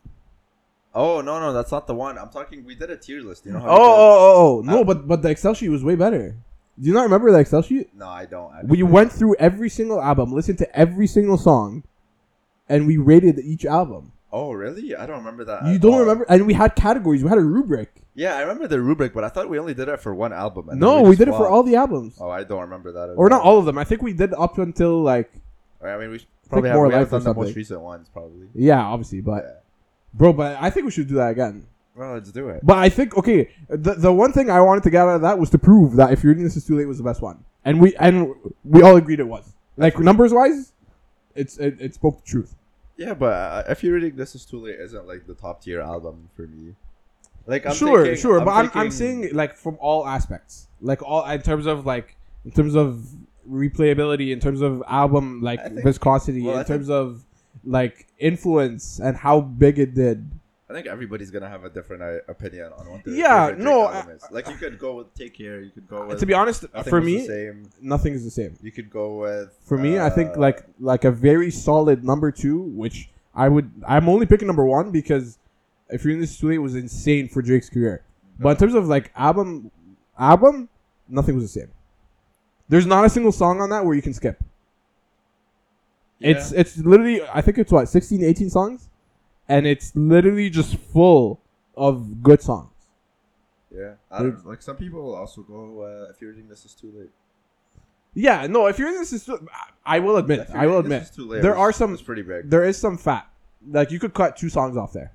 Speaker 3: Oh no, no, that's not the one. I'm talking. We did a tier list. You know how?
Speaker 2: Oh,
Speaker 3: we
Speaker 2: oh, oh, oh. no!
Speaker 3: Uh,
Speaker 2: but but the Excel sheet was way better. Do you not remember the Excel sheet?
Speaker 3: did- No, I don't. Actually.
Speaker 2: We went through every single album, listened to every single song, and we rated each album.
Speaker 3: Oh really? I don't remember that.
Speaker 2: You
Speaker 3: at
Speaker 2: don't
Speaker 3: all.
Speaker 2: remember? And we had categories. We had a rubric.
Speaker 3: Yeah, I remember the rubric, but I thought we only did it for one album. and then
Speaker 2: no, we,
Speaker 3: just
Speaker 2: did it for
Speaker 3: swapped.
Speaker 2: all the albums,
Speaker 3: Oh, I don't remember that. at
Speaker 2: or not all of them. I think we did up until like
Speaker 3: I mean, we should probably have,
Speaker 2: More
Speaker 3: we have
Speaker 2: Life or
Speaker 3: done the most
Speaker 2: something.
Speaker 3: recent ones, probably.
Speaker 2: yeah, obviously, but
Speaker 3: Yeah.
Speaker 2: bro, but I think we should do that again.
Speaker 3: Well, let's do it.
Speaker 2: But I think okay, the the one thing I wanted to get out of that was to prove that if your this is too late was the best one, and we and we all agreed it was. Like numbers wise, it's it, it spoke the truth.
Speaker 3: Yeah, but uh, if you're reading this is too late, isn't like the top tier album for me. Like, I'm
Speaker 2: sure,
Speaker 3: thinking-
Speaker 2: sure, but I'm, I'm
Speaker 3: thinking-
Speaker 2: saying like from all aspects, like all in terms of like in terms of replayability, in terms of album like
Speaker 3: I think-
Speaker 2: viscosity,
Speaker 3: well,
Speaker 2: in
Speaker 3: I
Speaker 2: terms of like influence and how big it did.
Speaker 3: I think everybody's gonna have a different uh, opinion on what. their
Speaker 2: Yeah,
Speaker 3: favorite
Speaker 2: no,
Speaker 3: Drake album is. like you could go with Take Care. You could go with.
Speaker 2: to be honest,
Speaker 3: Nothing
Speaker 2: for
Speaker 3: Was the
Speaker 2: me,
Speaker 3: same.
Speaker 2: nothing is the same.
Speaker 3: You could go with.
Speaker 2: For me, I think
Speaker 3: uh,
Speaker 2: like like a very solid number two, which I would I'm only picking number one because if you're in this too late was insane for Drake's career. But in terms of like album album, nothing was the same. There's not a single song on that where you can skip. It's
Speaker 3: yeah.
Speaker 2: it's literally I think it's what 16 18 songs and it's literally just full of good songs.
Speaker 3: yeah. I don't know. Like some people will also go. Uh, if you're reading this is too late.
Speaker 2: Yeah, no, if you're in this is I will admit,
Speaker 3: If you're
Speaker 2: I will
Speaker 3: reading
Speaker 2: admit
Speaker 3: This Is Too Late
Speaker 2: there
Speaker 3: was-
Speaker 2: are some
Speaker 3: was pretty big.
Speaker 2: there is some fat. Like you could cut two songs off there.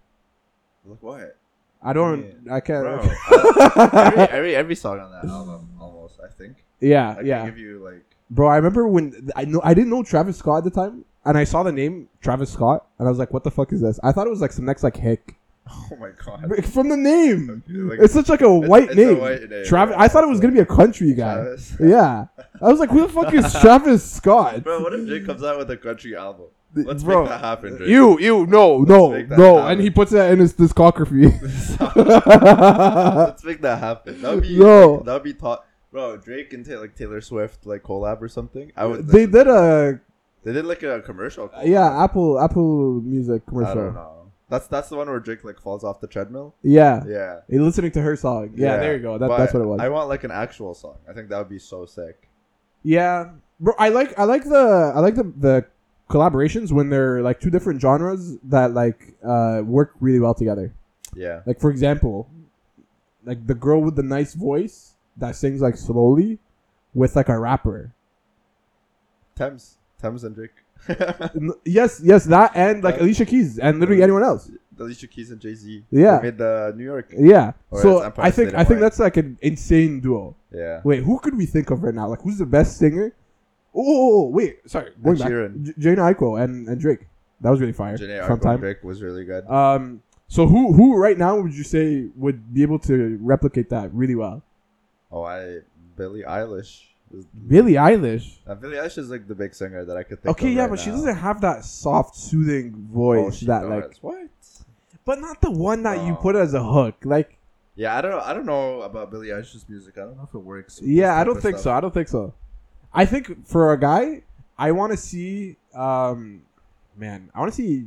Speaker 3: Like what?
Speaker 2: I don't. I can't.
Speaker 3: Bro,
Speaker 2: I can't-
Speaker 3: I- every, every every song on that album, almost. I think.
Speaker 2: Yeah,
Speaker 3: I
Speaker 2: Uh, yeah,
Speaker 3: Can give you like.
Speaker 2: bro. I remember when I know I didn't know Travis Scott at the time, and I saw the name Travis Scott, and I was like, "What the fuck is this?" I thought it was like some next like hick
Speaker 3: Oh my god.
Speaker 2: But from the name.
Speaker 3: Like,
Speaker 2: It's such like a
Speaker 3: it's-
Speaker 2: white
Speaker 3: it's a
Speaker 2: name.
Speaker 3: white name,
Speaker 2: Travis.
Speaker 3: yeah.
Speaker 2: I thought it was gonna be a country guy.
Speaker 3: Travis.
Speaker 2: Yeah, I was like, "Who the fuck is Travis Scott?"
Speaker 3: Bro, what if Drake comes out with a country album? Let's
Speaker 2: Bro,
Speaker 3: make that happen, Drake.
Speaker 2: You, you, no, no,
Speaker 3: make that
Speaker 2: no, and
Speaker 3: happen.
Speaker 2: he puts that in his discography.
Speaker 3: Let's make that happen. That'd be
Speaker 2: Yo.
Speaker 3: that'd be taught. Bro, Drake and Taylor, like Taylor Swift like collab or something. I would.
Speaker 2: they did a
Speaker 3: They did like a commercial. collab.
Speaker 2: yeah, Apple Apple Music
Speaker 3: I don't
Speaker 2: commercial.
Speaker 3: know. That's that's the one where Drake like falls off the treadmill.
Speaker 2: Yeah,
Speaker 3: Yeah.
Speaker 2: You're listening to her song. Yeah, there you go. That,
Speaker 3: But
Speaker 2: that's what it was.
Speaker 3: I want like an actual song. I think that would be so sick.
Speaker 2: yeah, bro. I like I like the I like the the collaborations when they're like two different genres that like uh work really well together.
Speaker 3: Yeah.
Speaker 2: Like for example, like the girl with the nice voice that sings like slowly with like a rapper.
Speaker 3: Thames, Thames and Drake.
Speaker 2: N- yes, yes, that and like
Speaker 3: Yeah.
Speaker 2: Alicia Keys and literally anyone else.
Speaker 3: Alicia Keys and Jay Z.
Speaker 2: Yeah.
Speaker 3: Made the New York.
Speaker 2: Yeah.
Speaker 3: Or
Speaker 2: so
Speaker 3: it's Empire
Speaker 2: I think
Speaker 3: State of
Speaker 2: I think
Speaker 3: Mind.
Speaker 2: that's like an insane duo.
Speaker 3: Yeah.
Speaker 2: Wait, who could we think of right now? Like, who's the best singer? Oh, oh, oh, wait, sorry, going
Speaker 3: Ed
Speaker 2: back,
Speaker 3: Sheeran.
Speaker 2: J- Jane Eichel and, and Drake. That was really fire.
Speaker 3: Janae Aiko and
Speaker 2: Sometime.
Speaker 3: Drake was really good.
Speaker 2: Um, so who who right now would you say would be able to replicate that really well?
Speaker 3: Oh, I Billie Eilish. is-
Speaker 2: Billie Eilish.
Speaker 3: Uh, Billie Eilish is like the big singer that I could think.
Speaker 2: Okay,
Speaker 3: of
Speaker 2: yeah,
Speaker 3: right
Speaker 2: but she
Speaker 3: now.
Speaker 2: doesn't have that soft, soothing
Speaker 3: Oh,
Speaker 2: voice
Speaker 3: she
Speaker 2: that
Speaker 3: does.
Speaker 2: like,
Speaker 3: what?
Speaker 2: but not the one that you
Speaker 3: No.
Speaker 2: put as a hook. Like,
Speaker 3: Yeah, I don't. know. I don't know about Billie Eilish's music. I don't know if it works. with this
Speaker 2: yeah, I
Speaker 3: type
Speaker 2: don't
Speaker 3: of
Speaker 2: think so.
Speaker 3: stuff.
Speaker 2: I don't think so. I think for a guy, I want to see, um, man, I want to see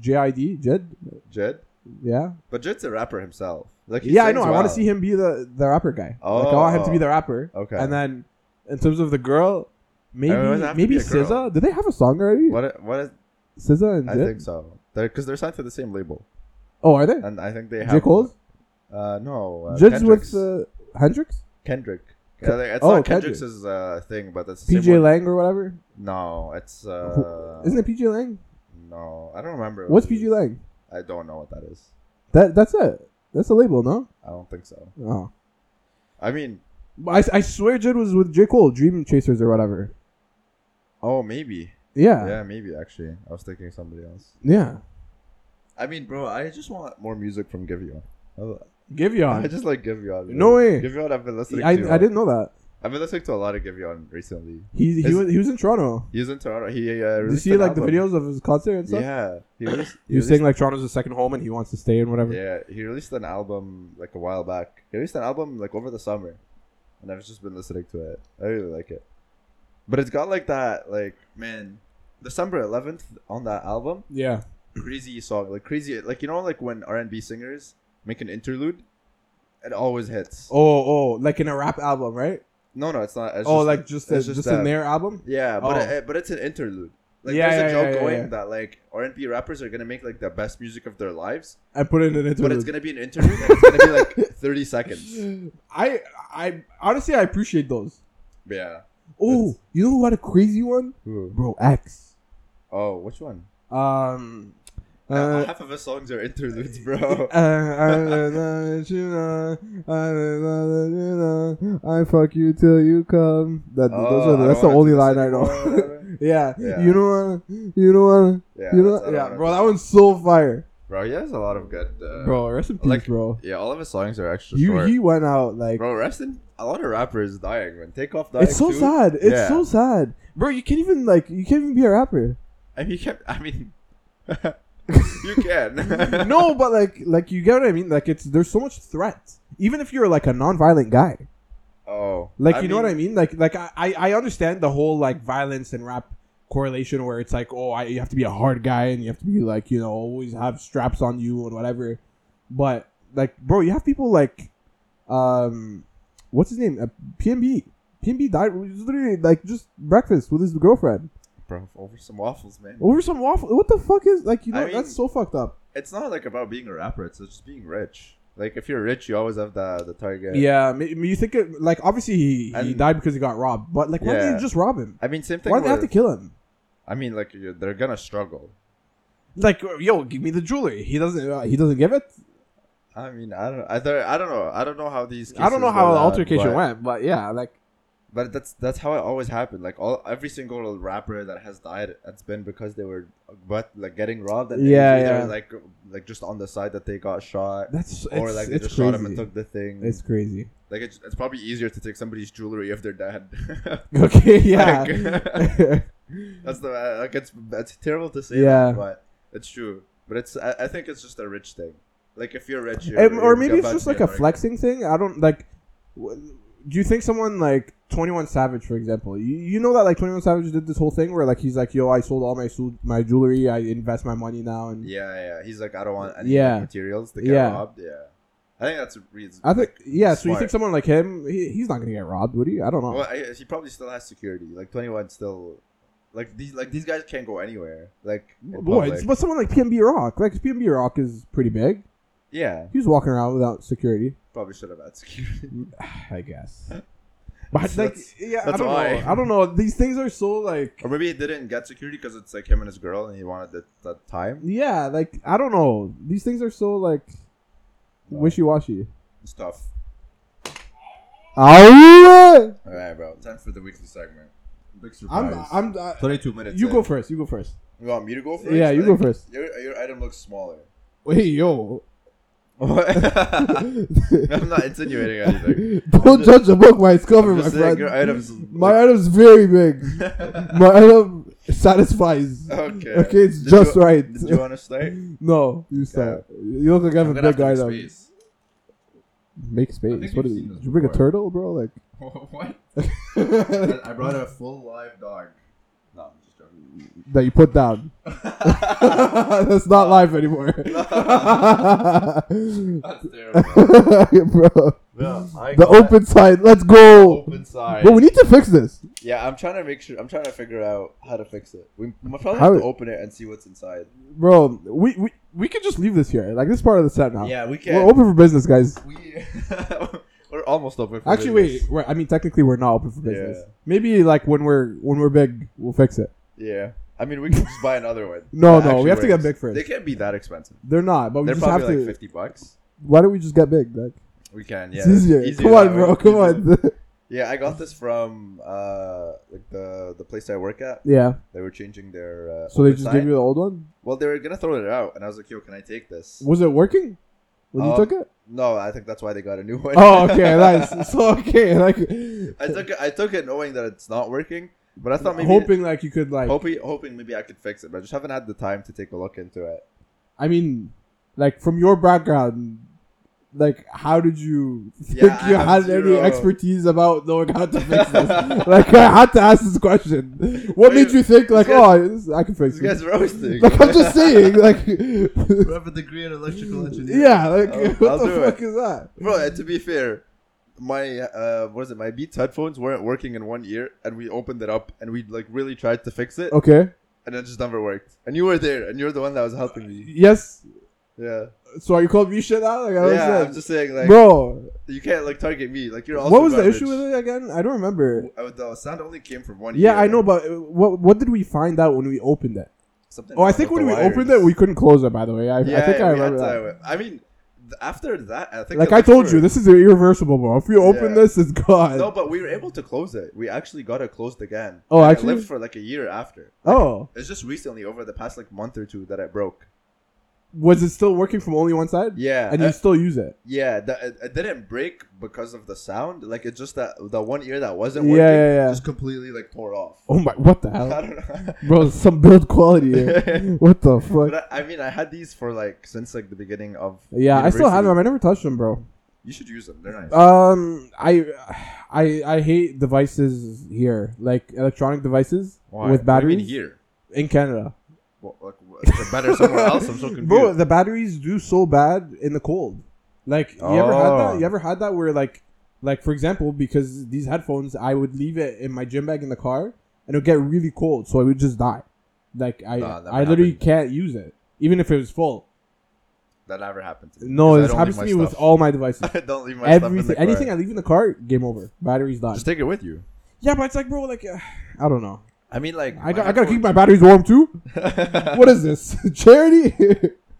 Speaker 2: JID Jed.
Speaker 3: Jid,
Speaker 2: Yeah.
Speaker 3: but Jid's a rapper himself. Like, he
Speaker 2: Yeah, I
Speaker 3: sings
Speaker 2: know. I
Speaker 3: Well.
Speaker 2: want to see him be the, the rapper guy. Like, I want him to be the rapper.
Speaker 3: Okay.
Speaker 2: And then, in terms of the girl, maybe
Speaker 3: doesn't have to
Speaker 2: maybe
Speaker 3: be a girl.
Speaker 2: SZA. Do they have a song already?
Speaker 3: What? What is?
Speaker 2: SZA and
Speaker 3: I
Speaker 2: Jid?
Speaker 3: think so. They're because they're signed to the same label,
Speaker 2: Oh, are they?
Speaker 3: and I think they have.
Speaker 2: J. Cole's?
Speaker 3: Uh, no. Uh,
Speaker 2: Jid's
Speaker 3: Kendrick's.
Speaker 2: with uh, Hendrix?
Speaker 3: Kendrick. Yeah, they- it's
Speaker 2: Oh,
Speaker 3: not
Speaker 2: Kendrick.
Speaker 3: Kendrick's is, uh, thing, but it's the same
Speaker 2: PJ
Speaker 3: one.
Speaker 2: Lang or whatever?
Speaker 3: No, it's uh.
Speaker 2: Who- Isn't it PJ Lang?
Speaker 3: No, I don't remember.
Speaker 2: What's
Speaker 3: what it
Speaker 2: PJ
Speaker 3: is.
Speaker 2: Lang?
Speaker 3: I don't know what that is.
Speaker 2: That That's it. That's a label, no?
Speaker 3: I don't think so.
Speaker 2: Oh.
Speaker 3: I mean,
Speaker 2: But I, I swear Jid was with J. Cole, Dream Chasers or whatever.
Speaker 3: oh maybe.
Speaker 2: Yeah. Yeah.
Speaker 3: Yeah, maybe actually. I was thinking somebody else.
Speaker 2: yeah.
Speaker 3: I mean, bro, I just want more music from Giveon. I
Speaker 2: Giveon.
Speaker 3: just like Giveon. bro.
Speaker 2: No way.
Speaker 3: Giveon, I've been listening.
Speaker 2: I,
Speaker 3: to,
Speaker 2: I didn't know that.
Speaker 3: I've been listening to a lot of Giveon recently.
Speaker 2: He, he,
Speaker 3: Is-
Speaker 2: was, he was in Toronto.
Speaker 3: He's in Toronto. He uh,
Speaker 2: Did you
Speaker 3: released
Speaker 2: see
Speaker 3: an
Speaker 2: like the
Speaker 3: album.
Speaker 2: videos of his concert and stuff?
Speaker 3: Yeah, he released.
Speaker 2: He was saying like Toronto's his second home and he wants to stay and whatever.
Speaker 3: Yeah, he released an album like a while back. He released an album like over the summer, and I've just been listening to it. I really like it, but it's got like that like man, December eleventh on that album,
Speaker 2: Yeah.
Speaker 3: crazy song like crazy like you know like when R and B singers make an interlude, it always hits.
Speaker 2: Oh, oh, like in a rap album, right?
Speaker 3: No, no, it's not. It's
Speaker 2: oh,
Speaker 3: just,
Speaker 2: like just
Speaker 3: it's
Speaker 2: just,
Speaker 3: just
Speaker 2: in
Speaker 3: that.
Speaker 2: their album.
Speaker 3: yeah, but
Speaker 2: Oh.
Speaker 3: it, but it's an interlude. Like
Speaker 2: Yeah,
Speaker 3: there's a
Speaker 2: yeah,
Speaker 3: joke
Speaker 2: yeah, yeah,
Speaker 3: going
Speaker 2: yeah.
Speaker 3: that like R and B rappers are gonna make like the best music of their lives,
Speaker 2: I put it in an interview.
Speaker 3: but it's gonna be an interview and it's gonna be like thirty seconds.
Speaker 2: I I honestly I appreciate those.
Speaker 3: But yeah.
Speaker 2: Oh, you know who had a crazy one, bro? X.
Speaker 3: Oh, which one?
Speaker 2: Um.
Speaker 3: Uh,
Speaker 2: uh,
Speaker 3: half of his songs are interludes, bro. uh,
Speaker 2: uh, I fuck you till you come. That, those
Speaker 3: Oh,
Speaker 2: are the,
Speaker 3: I
Speaker 2: that's the
Speaker 3: don't wanna
Speaker 2: only
Speaker 3: do this
Speaker 2: line I
Speaker 3: anymore,
Speaker 2: know.
Speaker 3: whatever.
Speaker 2: yeah.
Speaker 3: Yeah.
Speaker 2: you know what? You know what?
Speaker 3: Yeah,
Speaker 2: you know
Speaker 3: that's- I
Speaker 2: what?
Speaker 3: don't
Speaker 2: Yeah,
Speaker 3: wanna
Speaker 2: bro,
Speaker 3: do
Speaker 2: that one's so fire,
Speaker 3: Bro, he has a lot of good. Uh,
Speaker 2: bro. Rest in peace,
Speaker 3: like,
Speaker 2: bro.
Speaker 3: Yeah, all of his songs are extra
Speaker 2: You
Speaker 3: short.
Speaker 2: he went out like
Speaker 3: bro, rest in. A lot of rappers dying, man. Takeoff dying.
Speaker 2: it's so
Speaker 3: too.
Speaker 2: sad. It's
Speaker 3: Yeah.
Speaker 2: so sad, bro. You can't even like you can't even be a rapper.
Speaker 3: And he kept. I mean, you can.
Speaker 2: no, but like like you get what I mean. Like it's there's so much threat. Even if you're like a non-violent guy,
Speaker 3: Oh,
Speaker 2: Like you know what I mean? Like like I, I I understand the whole like violence and rap correlation where it's like oh I, you have to be a hard guy and you have to be like you know always have straps on you and whatever, but like bro you have people like um what's his name uh, PMB PMB died was literally like just breakfast with his girlfriend
Speaker 3: bro, over some waffles, man.
Speaker 2: over some waffle what the fuck is like you know
Speaker 3: I mean-
Speaker 2: that's so fucked up
Speaker 3: It's not like about being a rapper. It's just being rich. Like if you're rich, you always have the the target.
Speaker 2: yeah, ma- ma- you think it, like obviously he, he
Speaker 3: And-
Speaker 2: died because he got robbed but like why didn't
Speaker 3: Yeah.
Speaker 2: you just rob him
Speaker 3: I mean, same thing.
Speaker 2: why did they have to
Speaker 3: with-
Speaker 2: kill him
Speaker 3: I mean, like you they're gonna struggle.
Speaker 2: like yo give me the jewelry he doesn't uh, he doesn't give it
Speaker 3: I mean, I don't. I, don't- I don't know. I don't know how these.
Speaker 2: i don't know
Speaker 3: cases
Speaker 2: how
Speaker 3: go
Speaker 2: the
Speaker 3: down,
Speaker 2: altercation
Speaker 3: but,
Speaker 2: went but yeah like
Speaker 3: But that's that's how it always happened. Like all every single rapper that has died, it's been because they were but like getting robbed. And
Speaker 2: Yeah,
Speaker 3: usually
Speaker 2: yeah.
Speaker 3: They're, like like just on the side that they got shot.
Speaker 2: that's it's,
Speaker 3: Or like they
Speaker 2: it's
Speaker 3: just
Speaker 2: crazy
Speaker 3: shot him and took the thing.
Speaker 2: it's crazy
Speaker 3: Like it's, it's probably easier to take somebody's jewelry if they're dead.
Speaker 2: okay yeah
Speaker 3: Like, that's the uh, like it's it's terrible to say. that,
Speaker 2: Yeah.
Speaker 3: but it's true. But it's I, I think it's just a rich thing. Like if you're rich, you're,
Speaker 2: Um, or
Speaker 3: you're
Speaker 2: maybe it's
Speaker 3: about
Speaker 2: just
Speaker 3: to be
Speaker 2: like a
Speaker 3: American.
Speaker 2: flexing thing i don't like w- do you think someone like 21 savage for example you, you know that like 21 savage did this whole thing where like he's like yo i sold all my su- my jewelry i invest my money now and
Speaker 3: Yeah, yeah. He's like, I don't want any
Speaker 2: Yeah.
Speaker 3: materials to get
Speaker 2: Yeah.
Speaker 3: robbed. Yeah. I think that's a reason.
Speaker 2: i think yeah so you
Speaker 3: smart.
Speaker 2: think someone like him he, he's not gonna get robbed would he i don't know
Speaker 3: Well, I, he probably still has security. Like twenty one, still. Like these, like these guys can't go anywhere. Like in
Speaker 2: Boy,
Speaker 3: public.
Speaker 2: but someone like PMB Rock, like PMB Rock is pretty big.
Speaker 3: yeah,
Speaker 2: He was walking around without security.
Speaker 3: probably should have had security.
Speaker 2: I guess. But
Speaker 3: That's-
Speaker 2: like,
Speaker 3: that's-
Speaker 2: yeah, I
Speaker 3: that's
Speaker 2: don't
Speaker 3: why.
Speaker 2: know. I don't know. These things are so like,
Speaker 3: or maybe he didn't get security because it's like him and his girl, and he wanted it that time.
Speaker 2: yeah, like I don't know. These things are so like
Speaker 3: No,
Speaker 2: wishy washy.
Speaker 3: it's tough.
Speaker 2: I'm,
Speaker 3: All right, bro. Time for the weekly segment. Big surprise.
Speaker 2: I'm, I'm I-
Speaker 3: Thirty-two minutes.
Speaker 2: you
Speaker 3: in.
Speaker 2: go first. You go first.
Speaker 3: You want me to go first?
Speaker 2: Yeah,
Speaker 3: I
Speaker 2: you go
Speaker 3: think
Speaker 2: first.
Speaker 3: Your, your item looks smaller.
Speaker 2: Wait, yo.
Speaker 3: I'm
Speaker 2: don't
Speaker 3: not insinuating anything. just-
Speaker 2: judge a book by its cover,
Speaker 3: I'm
Speaker 2: my
Speaker 3: just saying your
Speaker 2: friend.
Speaker 3: items.
Speaker 2: My item's very big. My item satisfies.
Speaker 3: okay.
Speaker 2: Okay, it's
Speaker 3: Did
Speaker 2: just
Speaker 3: you-
Speaker 2: right.
Speaker 3: Did you want to start?
Speaker 2: No, you start. You look like I have
Speaker 3: I'm
Speaker 2: a
Speaker 3: gonna
Speaker 2: big
Speaker 3: have to
Speaker 2: item.
Speaker 3: make
Speaker 2: Make
Speaker 3: space.
Speaker 2: space.
Speaker 3: think
Speaker 2: What
Speaker 3: we've
Speaker 2: is?
Speaker 3: seen this
Speaker 2: Did you bring a
Speaker 3: before.
Speaker 2: turtle, bro? Like.
Speaker 3: what?
Speaker 2: that
Speaker 3: I brought a full live dog. No, I'm just joking.
Speaker 2: you put down. That's not live anymore.
Speaker 3: That's terrible.
Speaker 2: Bro,
Speaker 3: No, I
Speaker 2: the
Speaker 3: got
Speaker 2: open side. Let's go.
Speaker 3: open side.
Speaker 2: But we need to fix this.
Speaker 3: yeah, I'm trying to make sure. I'm trying to figure out how to fix it. We we probably
Speaker 2: How-
Speaker 3: have to open it and see what's inside.
Speaker 2: Bro, we, we, we could just leave this here. Like, this is part of the set now.
Speaker 3: Yeah, we
Speaker 2: We're open for business, guys.
Speaker 3: We we're almost open. For
Speaker 2: Actually,
Speaker 3: business.
Speaker 2: wait. We're, I mean, technically, we're not open for business.
Speaker 3: Yeah.
Speaker 2: Maybe like when we're when we're big, we'll fix it.
Speaker 3: Yeah, I mean, we can just buy another one.
Speaker 2: No,
Speaker 3: That
Speaker 2: no, we
Speaker 3: actually
Speaker 2: have to get
Speaker 3: works.
Speaker 2: big first.
Speaker 3: They can't be that expensive.
Speaker 2: They're not, but we
Speaker 3: They're
Speaker 2: just have
Speaker 3: probably like
Speaker 2: to.
Speaker 3: fifty bucks.
Speaker 2: Why don't we just get big? Like,
Speaker 3: We can, yeah.
Speaker 2: it's easier. Come
Speaker 3: that
Speaker 2: on,
Speaker 3: way.
Speaker 2: bro. Come
Speaker 3: Easier.
Speaker 2: on.
Speaker 3: Yeah, I got this from uh like the the place I work at.
Speaker 2: yeah.
Speaker 3: They were changing their. Uh,
Speaker 2: So they
Speaker 3: open
Speaker 2: just
Speaker 3: sign.
Speaker 2: gave you the old one.
Speaker 3: Well, they were gonna throw it out, and I was like, "Yo, can I take this?"
Speaker 2: Was it working when you
Speaker 3: Um,
Speaker 2: took it?
Speaker 3: No, I think that's why they got a new one.
Speaker 2: Oh, okay, nice. So okay, like
Speaker 3: I took it, I took it knowing that it's not working, but I thought maybe
Speaker 2: hoping like you could like.
Speaker 3: hoping hoping maybe I could fix it, but I just haven't had the time to take a look into it.
Speaker 2: I mean, like from your background, like how did you
Speaker 3: Yeah,
Speaker 2: think
Speaker 3: I
Speaker 2: you
Speaker 3: have
Speaker 2: had any
Speaker 3: zero-
Speaker 2: expertise about knowing how to fix this? like I had to ask this question. What
Speaker 3: Wait,
Speaker 2: made you think like,
Speaker 3: this
Speaker 2: oh, I- this, I can fix
Speaker 3: This guy's
Speaker 2: this?
Speaker 3: roasting.
Speaker 2: Like I'm just saying, like.
Speaker 3: I have a degree in electrical engineering.
Speaker 2: Yeah, like
Speaker 3: I'll-
Speaker 2: what
Speaker 3: I'll
Speaker 2: the
Speaker 3: do
Speaker 2: fuck
Speaker 3: it.
Speaker 2: is that?
Speaker 3: Bro, and to be fair, my uh, what is it? My Beats headphones weren't working in one ear, and we opened it up and we like really tried to fix it.
Speaker 2: Okay,
Speaker 3: and it just never worked. And you were there, and you're the one that was helping me.
Speaker 2: Yes.
Speaker 3: Yeah,
Speaker 2: So are you called Misha now? Like, I was
Speaker 3: yeah.
Speaker 2: like,
Speaker 3: I'm just saying, like,
Speaker 2: bro,
Speaker 3: you can't like target me. Like, you're also
Speaker 2: what was the
Speaker 3: garbage.
Speaker 2: issue with it again? I don't remember.
Speaker 3: Uh, The sound only came from one.
Speaker 2: Yeah,
Speaker 3: ear.
Speaker 2: I know, but uh, what what did we find out when we opened it?
Speaker 3: Something
Speaker 2: Oh, I
Speaker 3: wrong
Speaker 2: think
Speaker 3: with
Speaker 2: when we
Speaker 3: the
Speaker 2: opened
Speaker 3: wires.
Speaker 2: it, we couldn't close it. By the way, I, I think
Speaker 3: we
Speaker 2: I
Speaker 3: had
Speaker 2: remember that.
Speaker 3: to- I mean, th- after that, I think
Speaker 2: Like
Speaker 3: the
Speaker 2: I told
Speaker 3: lecturer-
Speaker 2: you, this is irreversible, bro. If you open
Speaker 3: Yeah.
Speaker 2: this, it's gone.
Speaker 3: No, but we were able to close it. We actually got it closed again.
Speaker 2: Oh,
Speaker 3: And
Speaker 2: actually?
Speaker 3: it lived for like a year after.
Speaker 2: oh,
Speaker 3: It's just recently, over the past like month or two, that it broke.
Speaker 2: was it still working from only one side?
Speaker 3: Yeah,
Speaker 2: And you
Speaker 3: uh,
Speaker 2: still use it?
Speaker 3: yeah, the, it, it didn't break because of the sound. Like it's just that the one ear that wasn't
Speaker 2: Yeah,
Speaker 3: working
Speaker 2: yeah, yeah.
Speaker 3: just completely like tore off.
Speaker 2: Oh my! What the
Speaker 3: I
Speaker 2: hell,
Speaker 3: don't know.
Speaker 5: bro. Some build quality. Here. what the fuck?
Speaker 3: But I, I mean, I had these for like since like the beginning of
Speaker 2: Yeah, I still
Speaker 3: university.
Speaker 2: have them. I never touched them, bro.
Speaker 3: You should use them. They're nice.
Speaker 2: Um, I, I, I hate devices here, like electronic devices
Speaker 3: Why? What
Speaker 2: with
Speaker 3: do you
Speaker 2: batteries
Speaker 3: mean here.
Speaker 2: in Canada.
Speaker 3: Well, like, what- is it better somewhere else? I'm so confused.
Speaker 2: Bro, the batteries do so bad in the cold. Like you ever had that?
Speaker 3: Oh.
Speaker 2: You ever had that where like, like for example, because these headphones, I would leave it in my gym bag in the car, and it would get really cold, so it would just die. Like I,
Speaker 3: Nah, that
Speaker 2: I
Speaker 3: would
Speaker 2: literally
Speaker 3: happen.
Speaker 2: can't use it, even if it was full.
Speaker 3: that never happened to me. 'cause
Speaker 2: No,
Speaker 3: I
Speaker 2: this
Speaker 3: don't
Speaker 2: happens to
Speaker 3: leave
Speaker 2: me
Speaker 3: my
Speaker 2: with
Speaker 3: stuff.
Speaker 2: all my devices.
Speaker 3: I don't leave my stuff in
Speaker 2: Everything,
Speaker 3: the car.
Speaker 2: anything I leave in the car, game over. Batteries die.
Speaker 3: Just take it with you.
Speaker 2: Yeah, but it's like, bro, like, uh, I don't know.
Speaker 3: I mean, like
Speaker 2: I, got, I gotta keep my batteries warm too.
Speaker 3: my.
Speaker 2: What is this charity,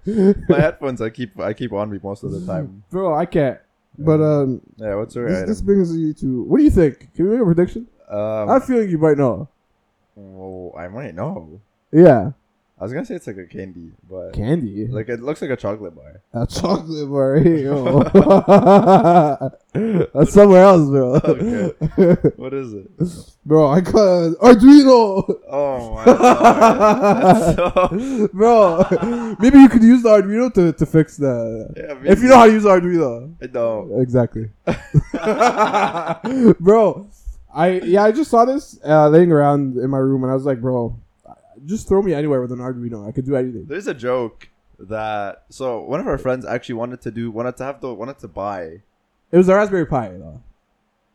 Speaker 3: my headphones. I keep I keep on me most of the time.
Speaker 2: bro? I can't.
Speaker 5: But um,
Speaker 3: Yeah, what's your
Speaker 5: this,
Speaker 3: item?
Speaker 5: this brings you to what do you think? Can we make a prediction?
Speaker 3: um,
Speaker 2: I have a feeling you might know.
Speaker 3: oh, I might know.
Speaker 5: Yeah,
Speaker 3: I was gonna say it's like a candy, but
Speaker 5: candy.
Speaker 3: like it looks like a chocolate bar.
Speaker 5: A chocolate bar. hey, yo. That's somewhere else, bro.
Speaker 3: Okay. What is it?
Speaker 5: bro, I got an Arduino.
Speaker 3: Oh my god! So-
Speaker 5: bro, maybe you could use the Arduino to, to fix that.
Speaker 3: yeah, maybe.
Speaker 5: If you know how to use Arduino.
Speaker 3: I don't.
Speaker 5: Exactly.
Speaker 2: bro i yeah i just saw this uh, laying around in my room and i was like bro just throw me anywhere with an arduino i could do anything
Speaker 3: There's a joke that so one of our friends actually wanted to do wanted to have the wanted to buy
Speaker 2: it was a raspberry pi though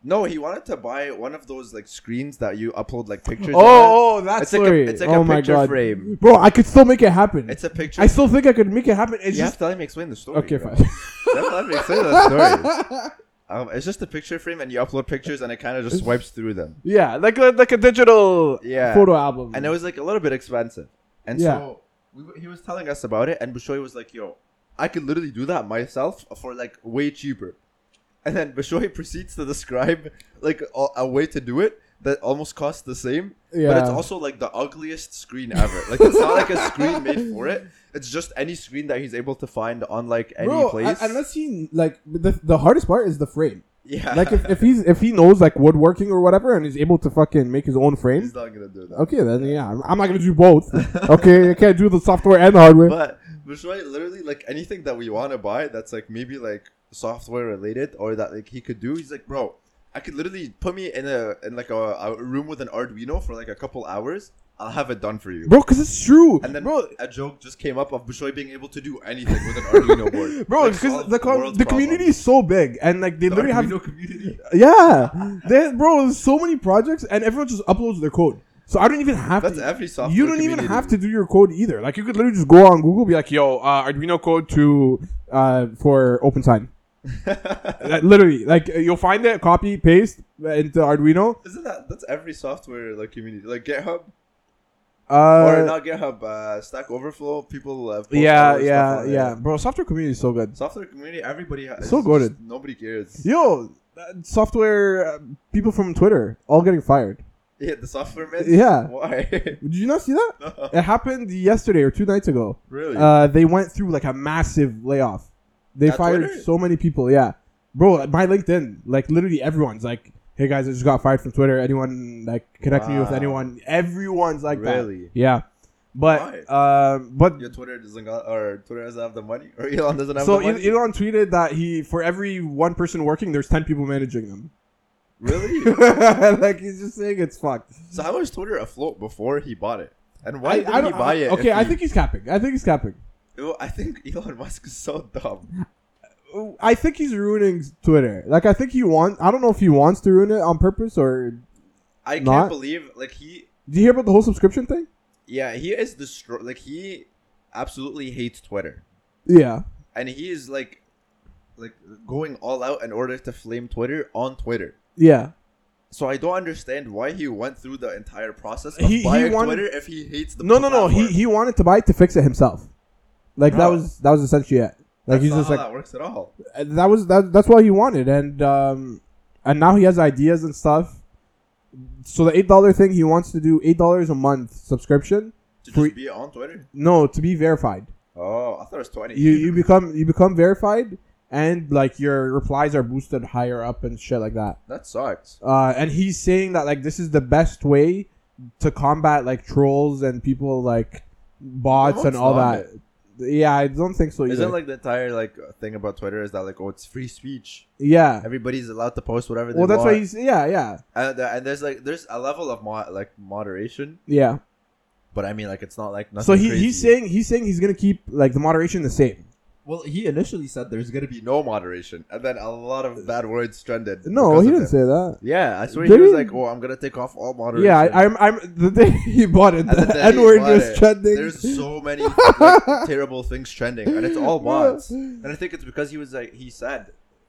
Speaker 3: No, he wanted to buy one of those like screens that you upload like pictures. on.
Speaker 2: oh oh that's
Speaker 3: it's like
Speaker 2: story.
Speaker 3: a, it's like
Speaker 2: oh
Speaker 3: a
Speaker 2: my
Speaker 3: picture
Speaker 2: god
Speaker 3: frame.
Speaker 2: bro i could still make it happen
Speaker 3: It's a picture.
Speaker 2: i still think i could make it happen it's
Speaker 3: you have
Speaker 2: just
Speaker 3: to let me explain the story.
Speaker 2: okay
Speaker 3: bro.
Speaker 2: fine
Speaker 3: You have to let me explain the story. Um, it's just a picture frame, and you upload pictures, and it kind of just swipes through them.
Speaker 2: yeah like a, like a digital
Speaker 3: Yeah,
Speaker 2: photo album
Speaker 3: and it was like a little bit expensive, and
Speaker 2: Yeah.
Speaker 3: so we, w- he was telling us about it, and Bashoy was like, "Yo, I could literally do that myself for like way cheaper." And then Bashoy proceeds to describe like a, a way to do it that almost costs the same,
Speaker 2: yeah
Speaker 3: But it's also like the ugliest screen ever. Like it's not like a screen made for it. It's just any screen that he's able to find on like any
Speaker 2: Bro,
Speaker 3: place.
Speaker 2: un- unless he like the, the hardest part is the frame.
Speaker 3: yeah,
Speaker 2: Like if, if he's if he knows like woodworking or whatever and he's able to fucking make his own frame,
Speaker 3: he's not gonna do that.
Speaker 2: Okay, then yeah, I'm- I'm not gonna do both. Okay, I can't do the software and the hardware.
Speaker 3: But Bushroy, literally like anything that we want to buy that's like maybe like software related or that like he could do, he's like, bro, I could literally put me in a in like a, a room with an Arduino for like a couple hours. I'll have it done for you.
Speaker 2: bro, because it's true.
Speaker 3: And then
Speaker 2: bro,
Speaker 3: a joke just came up of Bushoy being able to do anything with an Arduino board.
Speaker 2: bro,
Speaker 3: Like,
Speaker 2: because
Speaker 3: solve
Speaker 2: the com-
Speaker 3: world
Speaker 2: the community
Speaker 3: problems.
Speaker 2: is so big, and like they
Speaker 3: The
Speaker 2: literally
Speaker 3: Arduino
Speaker 2: have
Speaker 3: community.
Speaker 2: yeah, they, bro, there's so many projects, and everyone just uploads their code. So I don't even have
Speaker 3: That's
Speaker 2: to.
Speaker 3: every software.
Speaker 2: you don't even
Speaker 3: community.
Speaker 2: have to do your code either. Like you could literally just go on Google, be like, "Yo, uh, Arduino code to uh, for OpenSign." Like, literally, like uh, you'll find it, copy, paste uh, into Arduino.
Speaker 3: Isn't that that's every software like community like GitHub or
Speaker 2: Uh,
Speaker 3: not GitHub? Uh, Stack Overflow. People. Uh, post all
Speaker 2: yeah,
Speaker 3: their
Speaker 2: yeah,
Speaker 3: stuff on
Speaker 2: yeah,
Speaker 3: there.
Speaker 2: bro. Software community is so good.
Speaker 3: Software community. Everybody has
Speaker 2: So good.
Speaker 3: just- Nobody cares.
Speaker 2: Yo, uh, software uh, people from Twitter all getting fired.
Speaker 3: Yeah, the software myths.
Speaker 2: Yeah.
Speaker 3: Why?
Speaker 2: Did you not see that?
Speaker 3: No,
Speaker 2: It happened yesterday or two nights ago.
Speaker 3: really?
Speaker 2: Uh, they went through like a massive layoff. They
Speaker 3: At
Speaker 2: fired
Speaker 3: Twitter?
Speaker 2: so many people. Yeah, bro. uh, My LinkedIn, like literally everyone's like, "Hey guys, I just got fired from Twitter. Anyone like connect me with
Speaker 3: Wow.
Speaker 2: anyone?" Everyone's like that.
Speaker 3: really?
Speaker 2: Yeah, but um, but
Speaker 3: Your Twitter doesn't got or Twitter doesn't have the money or Elon doesn't have
Speaker 2: so
Speaker 3: the money.
Speaker 2: E- Elon tweeted that he for every one person working, there's ten people managing them.
Speaker 3: really?
Speaker 2: like he's just saying it's fucked.
Speaker 3: so how was Twitter afloat before he bought it? And why did he
Speaker 2: don't-
Speaker 3: buy it?
Speaker 2: Okay,
Speaker 3: if
Speaker 2: I
Speaker 3: he-
Speaker 2: think he's capping. I think he's capping.
Speaker 3: Well, I think Elon Musk is so dumb.
Speaker 2: I think he's ruining Twitter. Like I think he wants. I don't know if he wants to ruin it on purpose or.
Speaker 3: I can't
Speaker 2: Not-
Speaker 3: believe like he
Speaker 2: Did you hear about the whole subscription thing?
Speaker 3: yeah, he is destroyed. Like he absolutely hates Twitter,
Speaker 2: Yeah.
Speaker 3: and he is like, like going all out in order to flame Twitter on Twitter.
Speaker 2: Yeah.
Speaker 3: So I don't understand why he went through the entire process of
Speaker 2: He- he
Speaker 3: buying
Speaker 2: wanted-
Speaker 3: Twitter if he hates the
Speaker 2: No, no, no. He
Speaker 3: platform.
Speaker 2: he wanted to buy it to fix it himself. Like that
Speaker 3: No.
Speaker 2: was that was essentially it.
Speaker 3: That's
Speaker 2: Like he's
Speaker 3: not
Speaker 2: just
Speaker 3: how
Speaker 2: like
Speaker 3: that works at all.
Speaker 2: and that was that that's what he wanted and um and now he has ideas and stuff so the eight dollar thing he wants to do eight dollars a month subscription
Speaker 3: To
Speaker 2: Free-
Speaker 3: just be on Twitter.
Speaker 2: no to be verified
Speaker 3: Oh, I thought it was twenty.
Speaker 2: you you become you become verified and like your replies are boosted higher up and shit like that
Speaker 3: that sucks.
Speaker 2: uh and he's saying that like this is the best way to combat like trolls and people like bots
Speaker 3: No,
Speaker 2: and
Speaker 3: it's
Speaker 2: all
Speaker 3: not.
Speaker 2: that Oh, yeah i don't think so either
Speaker 3: Isn't like the entire like thing about Twitter is that like oh it's free speech.
Speaker 2: yeah
Speaker 3: Everybody's allowed to post whatever they
Speaker 2: well that's
Speaker 3: want.
Speaker 2: why he's yeah yeah
Speaker 3: and, the- and there's like there's a level of mo- like moderation,
Speaker 2: yeah
Speaker 3: but I mean like it's not like nothing.
Speaker 2: so he,
Speaker 3: crazy.
Speaker 2: he's saying he's saying he's gonna keep like the moderation the same.
Speaker 3: Well, he initially said there's gonna be no moderation, and then a lot of bad words trended.
Speaker 2: No,
Speaker 3: because
Speaker 2: he
Speaker 3: of
Speaker 2: didn't
Speaker 3: it.
Speaker 2: say that.
Speaker 3: Yeah, I swear
Speaker 2: Did
Speaker 3: he was
Speaker 2: he?
Speaker 3: like, "Oh, I'm gonna take off all moderation."
Speaker 2: Yeah, I, I'm I'm the day he bought it,
Speaker 3: And the
Speaker 2: the
Speaker 3: day he
Speaker 2: N word
Speaker 3: bought
Speaker 2: was
Speaker 3: it,
Speaker 2: trending.
Speaker 3: There's so many like, terrible things trending, and it's all bots. And I think it's because he was like he said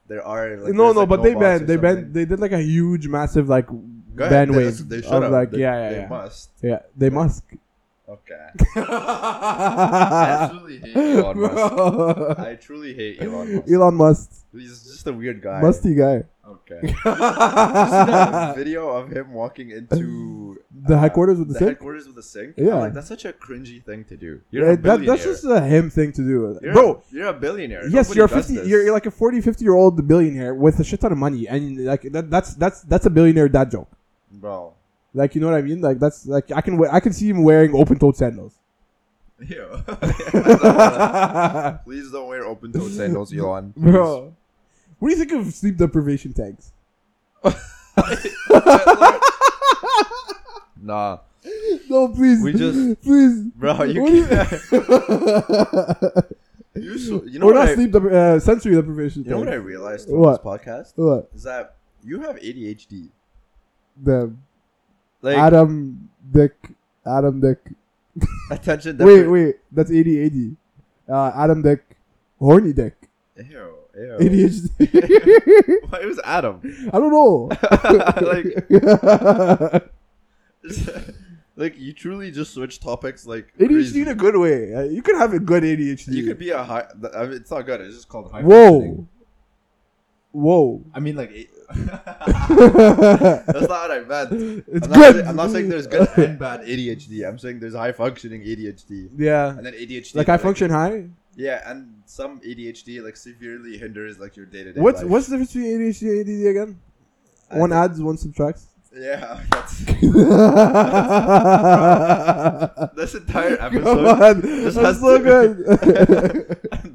Speaker 3: there are like
Speaker 2: no,
Speaker 3: there's,
Speaker 2: no,
Speaker 3: like,
Speaker 2: but they
Speaker 3: bots or
Speaker 2: banned, they banned,
Speaker 3: something.
Speaker 2: they did like a huge, massive like
Speaker 3: Go ahead,
Speaker 2: ban
Speaker 3: they-
Speaker 2: wave
Speaker 3: they should
Speaker 2: of
Speaker 3: have.
Speaker 2: like
Speaker 3: They-
Speaker 2: yeah, yeah,
Speaker 3: they
Speaker 2: yeah,
Speaker 3: must.
Speaker 2: yeah. They must.
Speaker 3: Okay. I truly hate Elon Musk.
Speaker 2: Bro.
Speaker 3: I truly hate Elon Musk.
Speaker 2: Elon Musk,
Speaker 3: He's just a weird guy.
Speaker 2: musty guy.
Speaker 3: Okay. Did you see that video of him walking into
Speaker 2: The headquarters with the
Speaker 3: the
Speaker 2: sink.
Speaker 3: headquarters with a sink.
Speaker 2: Yeah.
Speaker 3: I'm like that's such a cringy thing to do. You're a
Speaker 2: Uh, that,
Speaker 3: billionaire.
Speaker 2: that's just a him thing to do,
Speaker 3: you're
Speaker 2: bro.
Speaker 3: A, you're a billionaire.
Speaker 2: Yes,
Speaker 3: Nobody
Speaker 2: you're a
Speaker 3: does
Speaker 2: 50
Speaker 3: this.
Speaker 2: you're, you're like a 40 50 year old billionaire with a shit ton of money and like that, that's that's that's a billionaire dad joke.
Speaker 3: bro.
Speaker 2: Like you know what I mean? Like that's like I can wear, I can see him wearing open-toed sandals.
Speaker 3: Ew. Please don't wear open toed sandals, Elon.
Speaker 2: Bro. What do you think of sleep deprivation tanks?
Speaker 3: Nah,
Speaker 2: No, please.
Speaker 3: We just-
Speaker 2: please.
Speaker 3: bro. You
Speaker 2: What do you-
Speaker 3: can't.
Speaker 2: We're
Speaker 3: You, so, you know what?
Speaker 2: not
Speaker 3: I,
Speaker 2: sleep depri- uh, sensory deprivation
Speaker 3: you know what I
Speaker 2: tanks.
Speaker 3: realized on
Speaker 2: What?
Speaker 3: this podcast
Speaker 2: What?
Speaker 3: is that you have ADHD.
Speaker 2: The
Speaker 3: Like
Speaker 2: Adam Dick Adam Dick.
Speaker 3: attention.
Speaker 2: Wait,
Speaker 3: defi-
Speaker 2: wait. That's 80 80. Uh, Adam Dick horny dick.
Speaker 3: Ew, ew.
Speaker 2: ADHD.
Speaker 3: Why it was Adam?
Speaker 2: I don't know.
Speaker 3: like,
Speaker 2: ADHD
Speaker 3: like you truly just switch topics. Like
Speaker 2: in
Speaker 3: crazy.
Speaker 2: a good way. Uh, You can have a good ADHD.
Speaker 3: You could be a high. th- I mean, it's not good. It's just called high. functioning.
Speaker 2: Whoa. Whoa.
Speaker 3: I mean, like. It,
Speaker 2: it's
Speaker 3: That's not what I meant.
Speaker 2: good.
Speaker 3: I'm not saying- I'm not saying there's good and bad ADHD. I'm saying there's high functioning ADHD.
Speaker 2: Yeah.
Speaker 3: And then ADHD.
Speaker 2: Like I function high.
Speaker 3: Yeah, and some ADHD like severely hinders like your day to day.
Speaker 2: What's what's the difference between ADHD and ADD again?
Speaker 3: I
Speaker 2: one
Speaker 3: think-
Speaker 2: adds, one subtracts.
Speaker 3: Yeah, that's,
Speaker 2: Come
Speaker 3: this entire episode.
Speaker 2: on,
Speaker 3: this
Speaker 2: that's
Speaker 3: has
Speaker 2: so
Speaker 3: to-
Speaker 2: good.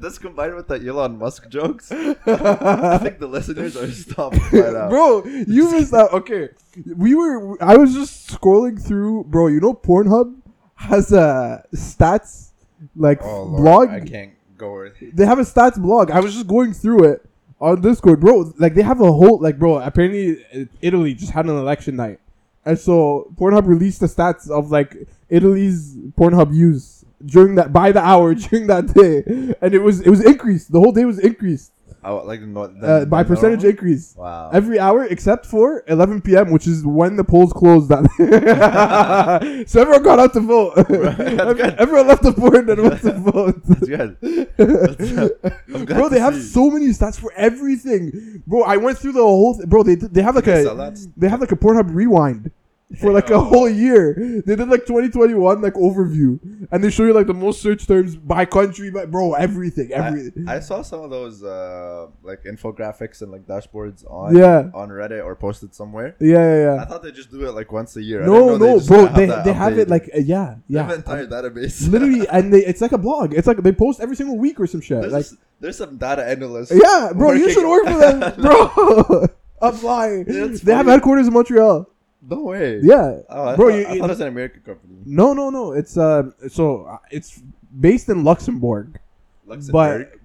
Speaker 3: this combined with the Elon Musk jokes. I think the listeners are stopped by now.
Speaker 2: bro, you missed out. Okay, we were. I was just scrolling through, bro. You know, Pornhub has a stats like
Speaker 3: Oh, Lord,
Speaker 2: blog.
Speaker 3: I can't go with.
Speaker 2: They have a stats blog. I was just going through it on Discord, bro. Like they have a whole like, bro. Apparently, uh, Italy just had an election night, and so Pornhub released the stats of like Italy's Pornhub use during that by the hour during that day, and it was it was increased. The whole day was increased
Speaker 3: I would like not
Speaker 2: uh, by percentage increase.
Speaker 3: Wow.
Speaker 2: Every hour except for 11 p.m., which is when the polls closed. That so everyone got out to vote. Every-
Speaker 3: good.
Speaker 2: everyone left the board and went to vote.
Speaker 3: That's good. I'm glad
Speaker 2: bro,
Speaker 3: to
Speaker 2: they have
Speaker 3: see.
Speaker 2: so many stats for everything. Bro, I went through the whole. Th- bro, they did- they have like
Speaker 3: They
Speaker 2: a
Speaker 3: sell that?
Speaker 2: they have like a Pornhub rewind for like a
Speaker 3: Yo.
Speaker 2: whole year. They did like 2021 like overview, and they show you like the most search terms by country. By, bro, everything, everything.
Speaker 3: I saw some of those uh, like infographics and like dashboards on
Speaker 2: Yeah.
Speaker 3: on Reddit or posted somewhere.
Speaker 2: yeah, yeah,
Speaker 3: I
Speaker 2: yeah.
Speaker 3: thought they just do it like once a year. I
Speaker 2: No,
Speaker 3: didn't know
Speaker 2: no,
Speaker 3: just
Speaker 2: bro. They
Speaker 3: that
Speaker 2: they have it
Speaker 3: updated.
Speaker 2: like uh, yeah,
Speaker 3: They have
Speaker 2: yeah.
Speaker 3: an entire database.
Speaker 2: literally and they, it's like a blog it's like they post every single week or some shit
Speaker 3: there's,
Speaker 2: like
Speaker 3: there's some data analysts.
Speaker 2: yeah bro you
Speaker 3: working-
Speaker 2: should work for them bro apply
Speaker 3: That's
Speaker 2: they have
Speaker 3: funny.
Speaker 2: headquarters in montreal
Speaker 3: No way.
Speaker 2: yeah
Speaker 3: Oh, I
Speaker 2: Bro,
Speaker 3: bro,
Speaker 2: you-
Speaker 3: I
Speaker 2: you-
Speaker 3: thought it was an American company.
Speaker 2: no no no it's uh so uh, it's based in luxembourg
Speaker 3: Luxembourg.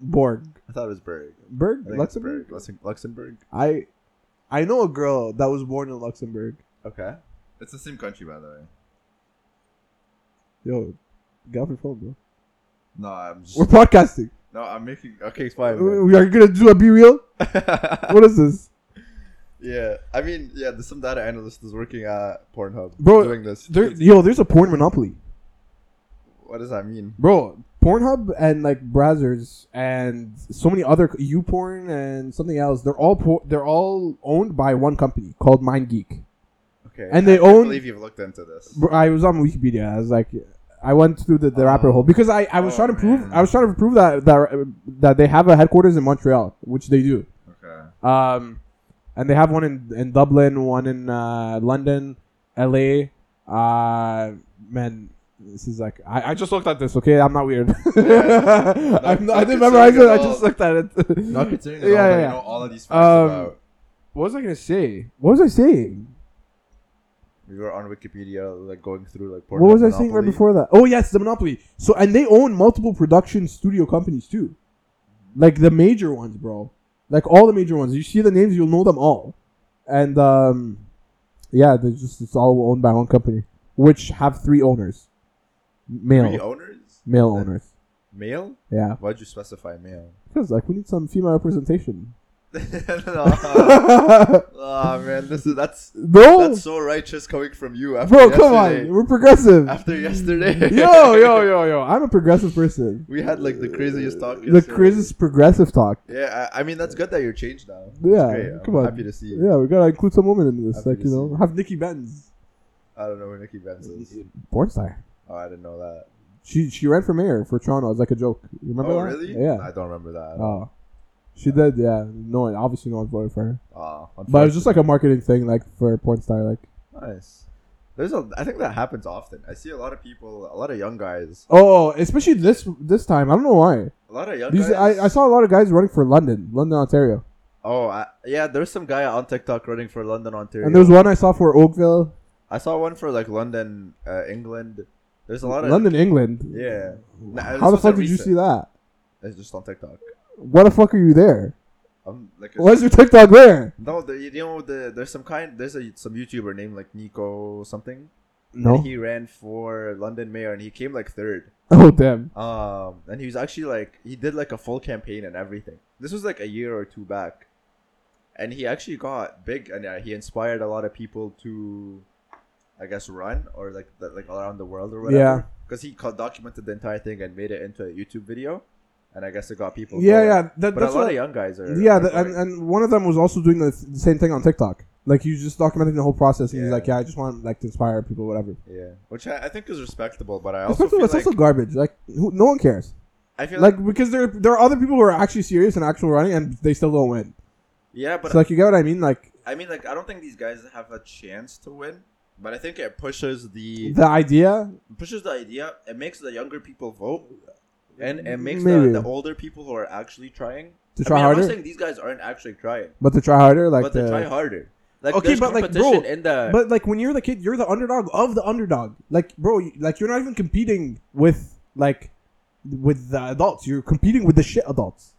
Speaker 2: borg
Speaker 3: I thought it was Berg.
Speaker 2: berg
Speaker 3: I think it's
Speaker 2: luxembourg
Speaker 3: Berg. Luxem- Luxembourg.
Speaker 2: i i know a girl that was born in luxembourg
Speaker 3: Okay. It's the same country, by the way.
Speaker 2: Yo, get off your phone, bro.
Speaker 3: No, I'm just,
Speaker 2: We're podcasting.
Speaker 3: no, I'm making okay, fine.
Speaker 2: We
Speaker 3: man.
Speaker 2: we are gonna do a B real. What is this,
Speaker 3: yeah, I mean, yeah, there's some data analyst is working at Pornhub
Speaker 2: Bro,
Speaker 3: doing this.
Speaker 2: there,
Speaker 3: It's-
Speaker 2: yo? There's a porn monopoly,
Speaker 3: what does that mean?
Speaker 2: bro. Pornhub and like browsers and so many other YouPorn and something else. They're all por- they're all owned by one company called MindGeek.
Speaker 3: Okay,
Speaker 2: And they
Speaker 3: I can't
Speaker 2: own-
Speaker 3: believe you've looked into this.
Speaker 2: Bro, I was on Wikipedia. I was like, I went through the, the
Speaker 3: Oh.
Speaker 2: rabbit hole because I, I was
Speaker 3: Oh,
Speaker 2: trying to prove
Speaker 3: man.
Speaker 2: I was trying to prove that that that they have a headquarters in Montreal, which they do.
Speaker 3: Okay,
Speaker 2: Um, and they have one in, in Dublin, one in uh, London, L.A. Uh, man, this is like I, I just looked at this. Okay, I'm not weird. I'm not, I didn't
Speaker 3: not
Speaker 2: memorize it.
Speaker 3: considering
Speaker 2: I
Speaker 3: at
Speaker 2: just
Speaker 3: all.
Speaker 2: looked at it.
Speaker 3: not considering
Speaker 2: Yeah,
Speaker 3: yeah, all,
Speaker 2: yeah,
Speaker 3: that
Speaker 2: yeah.
Speaker 3: you know all of these facts
Speaker 2: Um,
Speaker 3: about.
Speaker 2: what was I gonna say? What was I saying?
Speaker 3: We were on Wikipedia, like going through like Pornhub
Speaker 2: what was I saying right
Speaker 3: Monopoly.
Speaker 2: before that? Oh yes, the Monopoly. So and they own multiple production studio companies too, like the major ones, bro. Like all the major ones. You see the names, you'll know them all. And um, yeah, they just it's all owned by one company, which have three owners, male
Speaker 3: Three owners?
Speaker 2: male
Speaker 3: Then-
Speaker 2: owners.
Speaker 3: Male?
Speaker 2: Yeah,
Speaker 3: Why'd you specify male?
Speaker 2: because like we need some female representation.
Speaker 3: no.
Speaker 2: no,
Speaker 3: oh man, this is that's that's so righteous coming from you. After
Speaker 2: Oh. bro, come
Speaker 3: yesterday-
Speaker 2: on, we're progressive.
Speaker 3: After yesterday,
Speaker 2: yo, yo, yo, yo! I'm a progressive person.
Speaker 3: we had like the craziest talk.
Speaker 2: The
Speaker 3: yesterday.
Speaker 2: craziest progressive talk.
Speaker 3: Yeah, I, I mean that's good that you're changed now. That's
Speaker 2: Yeah,
Speaker 3: great.
Speaker 2: come
Speaker 3: I'm
Speaker 2: on.
Speaker 3: happy to see. You.
Speaker 2: Yeah, we gotta include some women in this.
Speaker 3: Happy
Speaker 2: like,
Speaker 3: to
Speaker 2: you
Speaker 3: see
Speaker 2: know,
Speaker 3: you.
Speaker 2: have Nikki Benz.
Speaker 3: I don't know where Nikki Benz is.
Speaker 2: Porn star.
Speaker 3: Oh, I didn't know that.
Speaker 2: She she ran for mayor for Toronto. It's like a joke. You remember
Speaker 3: oh
Speaker 2: that?
Speaker 3: really?
Speaker 2: Yeah.
Speaker 3: I don't remember that.
Speaker 2: Oh. She did, yeah. No one, obviously no one voted for her.
Speaker 3: Oh,
Speaker 2: But it was just like a marketing thing, like for porn star, like
Speaker 3: nice. There's a. I think that happens often. I see a lot of people, a lot of young guys,
Speaker 2: Oh, especially this this time. I don't know why.
Speaker 3: a lot of young
Speaker 2: These,
Speaker 3: guys.
Speaker 2: I, I saw a lot of guys running for London, London, Ontario.
Speaker 3: Oh, I, yeah. There's some guy on TikTok running for London, Ontario.
Speaker 2: And there was one I saw for Oakville,
Speaker 3: I saw one for like London, uh, England. There's a lot of
Speaker 2: London, England.
Speaker 3: Yeah. Nah,
Speaker 2: How the
Speaker 3: this wasn't
Speaker 2: fuck did you
Speaker 3: recent.
Speaker 2: see that?
Speaker 3: It's just on TikTok.
Speaker 2: Why the fuck are you there?
Speaker 3: I'm like
Speaker 2: Why is your TikTok there?
Speaker 3: no, the, you know the there's some kind there's a some YouTuber named like Nico something.
Speaker 2: No.
Speaker 3: And he ran for London mayor and he came like third.
Speaker 2: Oh damn.
Speaker 3: Um, and he was actually like he did like a full campaign and everything. This was like a year or two back, and he actually got big and uh, he inspired a lot of people to, I guess, run or like the, like around the world or whatever.
Speaker 2: Yeah.
Speaker 3: Because he co- documented the entire thing and made it into a YouTube video, and I guess it got people.
Speaker 2: Yeah,
Speaker 3: going.
Speaker 2: yeah. That,
Speaker 3: uh, But
Speaker 2: that's
Speaker 3: a lot of
Speaker 2: what,
Speaker 3: young guys are.
Speaker 2: Yeah,
Speaker 3: are
Speaker 2: the,
Speaker 3: going.
Speaker 2: and, and one of them was also doing the, the same thing on TikTok. Like he was just documenting the whole process, and he's
Speaker 3: Yeah.
Speaker 2: like, "Yeah, I just want like to inspire people, whatever."
Speaker 3: yeah, which I, I think is respectable. But I
Speaker 2: It's
Speaker 3: also
Speaker 2: also,
Speaker 3: feel
Speaker 2: it's
Speaker 3: like
Speaker 2: also garbage. Like who, no one cares.
Speaker 3: I feel like,
Speaker 2: Like because there there are other people who are actually serious and actual running, and they still don't win.
Speaker 3: yeah, but
Speaker 2: so like you get what I mean? Like
Speaker 3: I mean like I don't think these guys have a chance to win. But I think it pushes the
Speaker 2: the idea,
Speaker 3: pushes the idea. It makes the younger people vote, and it makes
Speaker 2: Maybe.
Speaker 3: the, the older people who are actually trying
Speaker 2: To
Speaker 3: I mean,
Speaker 2: try
Speaker 3: I'm
Speaker 2: harder?
Speaker 3: not saying these guys aren't actually trying,
Speaker 2: but to try harder, like
Speaker 3: but
Speaker 2: the,
Speaker 3: they try harder. Like
Speaker 2: Okay,
Speaker 3: there's
Speaker 2: but, like, bro,
Speaker 3: competition in the
Speaker 2: but like when you're the kid, you're the underdog of the underdog. Like bro, you- like you're not even competing with like with the adults. You're competing with the shit adults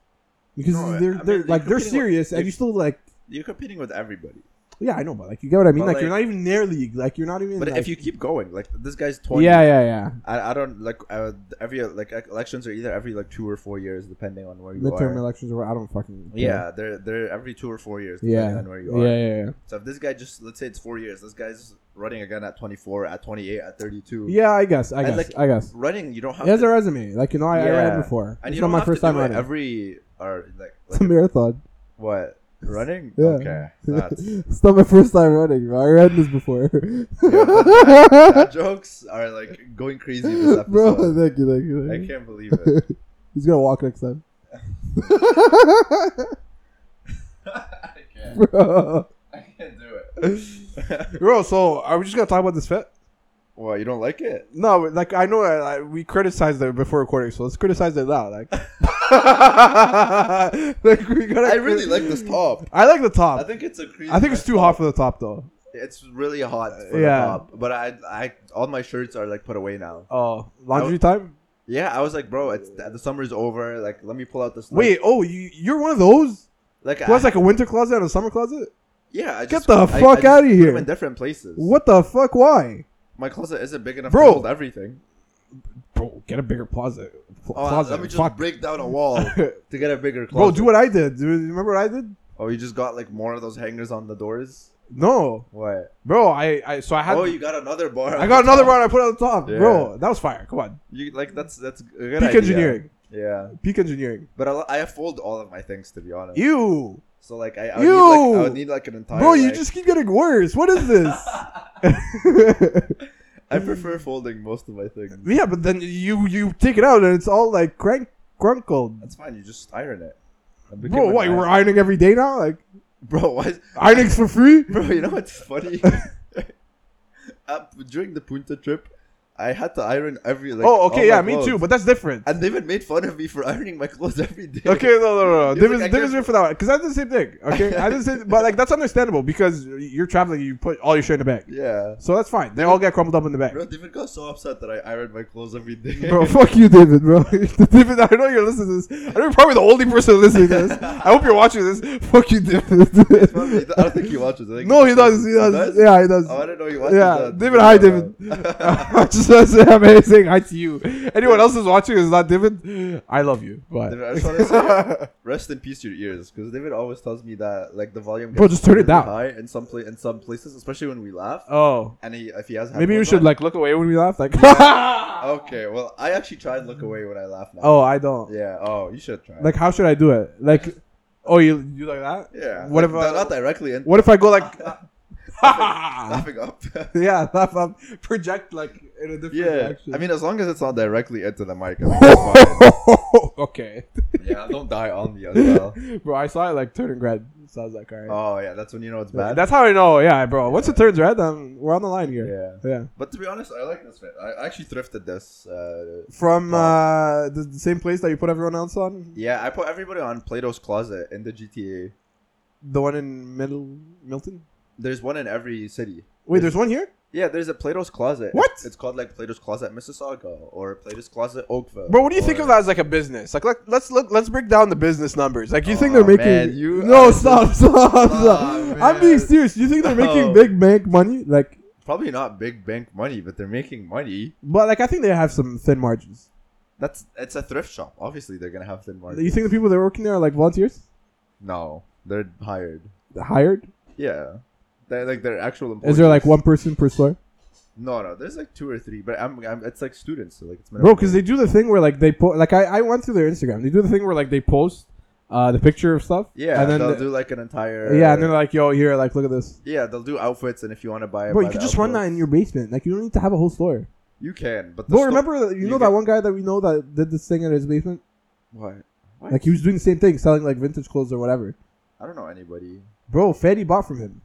Speaker 2: because
Speaker 3: No, I-
Speaker 2: they're
Speaker 3: I mean,
Speaker 2: they're
Speaker 3: they're
Speaker 2: like
Speaker 3: competing
Speaker 2: they're
Speaker 3: with-
Speaker 2: serious, and
Speaker 3: they're-
Speaker 2: you still like
Speaker 3: you're competing with everybody.
Speaker 2: Yeah, I know, but like you get what I mean.
Speaker 3: But,
Speaker 2: Like, you're not
Speaker 3: like-
Speaker 2: even near league. Like you're not even.
Speaker 3: But
Speaker 2: like,
Speaker 3: if you keep going, like this guy's twenty.
Speaker 2: yeah, yeah, yeah.
Speaker 3: I, I don't like uh, every like ec- elections are either every like two or four years depending on where you
Speaker 2: Midterm
Speaker 3: are.
Speaker 2: elections or I don't fucking. care.
Speaker 3: yeah, they're they're every two or four years depending
Speaker 2: Yeah.
Speaker 3: on where you
Speaker 2: Yeah,
Speaker 3: are.
Speaker 2: yeah, yeah.
Speaker 3: So if this guy just let's say it's four years, this guy's running again at twenty four, at twenty eight, at thirty two.
Speaker 2: Yeah, I guess. I
Speaker 3: And,
Speaker 2: guess.
Speaker 3: like,
Speaker 2: I guess.
Speaker 3: running you don't have
Speaker 2: He has
Speaker 3: to
Speaker 2: a resume. Like you know, I, I read it
Speaker 3: Yeah.
Speaker 2: before.
Speaker 3: And
Speaker 2: it's
Speaker 3: you
Speaker 2: not
Speaker 3: don't
Speaker 2: my
Speaker 3: have to
Speaker 2: first time
Speaker 3: do it
Speaker 2: running.
Speaker 3: every or like,
Speaker 2: it's a
Speaker 3: like
Speaker 2: marathon.
Speaker 3: what running?
Speaker 2: Yeah.
Speaker 3: Okay, that's,
Speaker 2: it's not my first time running. Bro. I read this before.
Speaker 3: that jokes are like going crazy this episode.
Speaker 2: bro, thank you, thank you.
Speaker 3: I
Speaker 2: Thank you.
Speaker 3: can't believe it.
Speaker 2: He's gonna walk next time,
Speaker 3: I can't.
Speaker 2: bro.
Speaker 3: I can't do it.
Speaker 2: Bro, so are we just gonna talk about this fit?
Speaker 3: what you don't like it?
Speaker 2: No, like I know I, I, we criticized it before recording, so let's criticize it now. Like, like we gotta.
Speaker 3: I really like this top.
Speaker 2: I like the top.
Speaker 3: I think it's a crazy.
Speaker 2: I think it's too hot for the top though.
Speaker 3: It's really hot for
Speaker 2: Yeah.
Speaker 3: the top. But I, I, all my shirts are like put away now.
Speaker 2: Oh, laundry time.
Speaker 3: Yeah, I was like, bro, it's the summer's over. Like, let me pull out this.
Speaker 2: Wait, oh, you you're one of those
Speaker 3: like,
Speaker 2: who has
Speaker 3: I,
Speaker 2: like a winter closet and a summer closet.
Speaker 3: yeah, I
Speaker 2: Get
Speaker 3: just,
Speaker 2: the
Speaker 3: I- I
Speaker 2: fuck
Speaker 3: just
Speaker 2: outta
Speaker 3: put 'em
Speaker 2: here.
Speaker 3: In different places.
Speaker 2: What the fuck? Why?
Speaker 3: My closet isn't big enough
Speaker 2: Bro.
Speaker 3: to hold everything.
Speaker 2: bro, get a bigger plaza. pl-
Speaker 3: Oh,
Speaker 2: closet.
Speaker 3: let me just
Speaker 2: Fuck.
Speaker 3: break down a wall to get a bigger
Speaker 2: Bro,
Speaker 3: closet.
Speaker 2: do what I did. Do you remember what I did?
Speaker 3: Oh, you just got like more of those hangers on the doors.
Speaker 2: No,
Speaker 3: What?
Speaker 2: bro. I, I so I had.
Speaker 3: oh, you got another bar.
Speaker 2: I got another one. I put it on top,
Speaker 3: Yeah.
Speaker 2: bro. That was fire. Come on,
Speaker 3: You like that's that's a good
Speaker 2: peak
Speaker 3: idea.
Speaker 2: engineering.
Speaker 3: Yeah,
Speaker 2: Peak engineering.
Speaker 3: but I, I fold all of my things to be honest.
Speaker 2: Ew,
Speaker 3: So like I, I would need like I
Speaker 2: Ew.
Speaker 3: would need like an entire.
Speaker 2: bro. You
Speaker 3: like-
Speaker 2: just keep getting worse. What is this?
Speaker 3: I prefer folding most of my things.
Speaker 2: yeah, but then you you take it out and it's all like crank crunkled.
Speaker 3: That's fine. You just iron it. I became
Speaker 2: Bro,
Speaker 3: an
Speaker 2: what? You
Speaker 3: iron-
Speaker 2: were ironing every day now? Like
Speaker 3: Bro, why?
Speaker 2: ironing's for free?
Speaker 3: Bro, you know what's funny? uh, during the Punta trip, I had to iron every like.
Speaker 2: oh, okay,
Speaker 3: all my
Speaker 2: yeah, me
Speaker 3: clothes.
Speaker 2: too. But that's different.
Speaker 3: and they even made fun of me for ironing my clothes every day.
Speaker 2: Okay, no, no, no, no.
Speaker 3: It's
Speaker 2: Difference,
Speaker 3: like I
Speaker 2: difference
Speaker 3: can't-
Speaker 2: for that one. Because I did the same thing. Okay, I did the same, but like that's understandable because you're traveling. You put all your shit in the bag,
Speaker 3: Yeah.
Speaker 2: so that's fine. They all get crumbled up in the
Speaker 3: Bro,
Speaker 2: bag.
Speaker 3: David got so upset that I ironed my clothes every day.
Speaker 5: Bro, fuck you, David, bro.
Speaker 2: David, I know you're listening to this. I know you're probably the only person listening to this. I hope you're watching this. Fuck you,
Speaker 3: It's
Speaker 2: David.
Speaker 3: probably- I don't think he watches. I think
Speaker 2: no, he does. He does. Yeah, he does.
Speaker 3: Oh, I didn't know he watches.
Speaker 2: yeah,
Speaker 3: that.
Speaker 2: David. Hi,
Speaker 3: Yeah.
Speaker 2: David. I just want to say amazing. Hi to you. Anyone else who's watching is not David. I love you.
Speaker 3: David,
Speaker 2: But
Speaker 3: I just want to say, rest in peace to your ears, because David always tells me that like the volume.
Speaker 2: Bro,
Speaker 3: gets
Speaker 2: just turn
Speaker 3: really
Speaker 2: it down.
Speaker 3: High in some pla- in some places, especially when we laugh.
Speaker 2: oh,
Speaker 3: And he, if he has.
Speaker 2: maybe you
Speaker 3: headphones
Speaker 2: should
Speaker 3: on-
Speaker 2: like look away when we laugh. Like,
Speaker 3: Okay, well, I actually try and look away when I laugh now.
Speaker 2: oh, I don't.
Speaker 3: Yeah. Oh, you should try.
Speaker 2: Like, how should I do it? Like, oh, you you like that?
Speaker 3: Yeah.
Speaker 2: What
Speaker 3: like,
Speaker 2: if I-
Speaker 3: not directly in
Speaker 2: What if I go like?
Speaker 3: laughing up?
Speaker 2: yeah, laugh up, project like in a different
Speaker 3: yeah.
Speaker 2: direction.
Speaker 3: I mean, as long as it's not directly into the mic, I think it's fine.
Speaker 2: okay,
Speaker 3: yeah, don't die on me as well.
Speaker 2: bro, I saw it like turning red. So I was like, all right.
Speaker 3: Oh yeah, that's when you know it's bad.
Speaker 2: That's how I know. Yeah, bro. Once it turns red, then we're on the line here.
Speaker 3: yeah.
Speaker 2: Yeah.
Speaker 3: But to be honest, I like this fit. I actually thrifted this. Uh,
Speaker 2: From
Speaker 3: Wow.
Speaker 2: uh, the, the same place that you put everyone else on,
Speaker 3: yeah, I put everybody on Plato's Closet in the GTA.
Speaker 2: the one in Middle Milton.
Speaker 3: There's one in every city.
Speaker 2: Wait, there's one here,
Speaker 3: Yeah, there's a Plato's Closet.
Speaker 2: What?
Speaker 3: It's, it's called like Plato's Closet Mississauga or Plato's Closet Oakville.
Speaker 2: bro. What do you think
Speaker 3: or-
Speaker 2: of that as like a business? Like, let, let's look, let's break down the business numbers. Like, you think
Speaker 3: Aw,
Speaker 2: they're making?
Speaker 3: man, you
Speaker 2: no,
Speaker 3: are
Speaker 2: stop, stop, stop.
Speaker 3: Aw,
Speaker 2: I'm being
Speaker 3: man. Oh.
Speaker 2: serious. You think they're making
Speaker 3: No.
Speaker 2: big bank money? Like,
Speaker 3: Probably not big bank money, but they're making money.
Speaker 2: but like I think they have some thin margins.
Speaker 3: That's it's a thrift shop. Obviously, they're gonna have thin margins.
Speaker 2: You think the people that are working there are like volunteers,
Speaker 3: No, they're hired.
Speaker 2: hired?
Speaker 3: Yeah, they're like they're actual employees.
Speaker 2: Is there like one person per store,
Speaker 3: No, no, there's like two or three, but I'm, I'm it's like students, so like it's
Speaker 2: bro? Because they do the thing where like they po- like I, I went through their Instagram. They do the thing where like they post uh the picture of stuff.
Speaker 3: yeah,
Speaker 2: and then
Speaker 3: they'll do
Speaker 2: the-
Speaker 3: like an entire
Speaker 2: yeah, and they're like, yo, here, like look at this.
Speaker 3: yeah, they'll do outfits, and if you want to buy it,
Speaker 2: Bro,
Speaker 3: buy
Speaker 2: you could
Speaker 3: the
Speaker 2: just run that
Speaker 3: outfits.
Speaker 2: in your basement. Like you don't need to have a whole store.
Speaker 3: You can, but the
Speaker 2: Bro,
Speaker 3: sto-
Speaker 2: remember that- you,
Speaker 3: you
Speaker 2: know that
Speaker 3: get-
Speaker 2: one guy that we know that did this thing in his basement?
Speaker 3: what? What?
Speaker 2: Like he was doing the same thing, selling like vintage clothes or whatever.
Speaker 3: I don't know anybody.
Speaker 2: Bro, Fanny bought from him.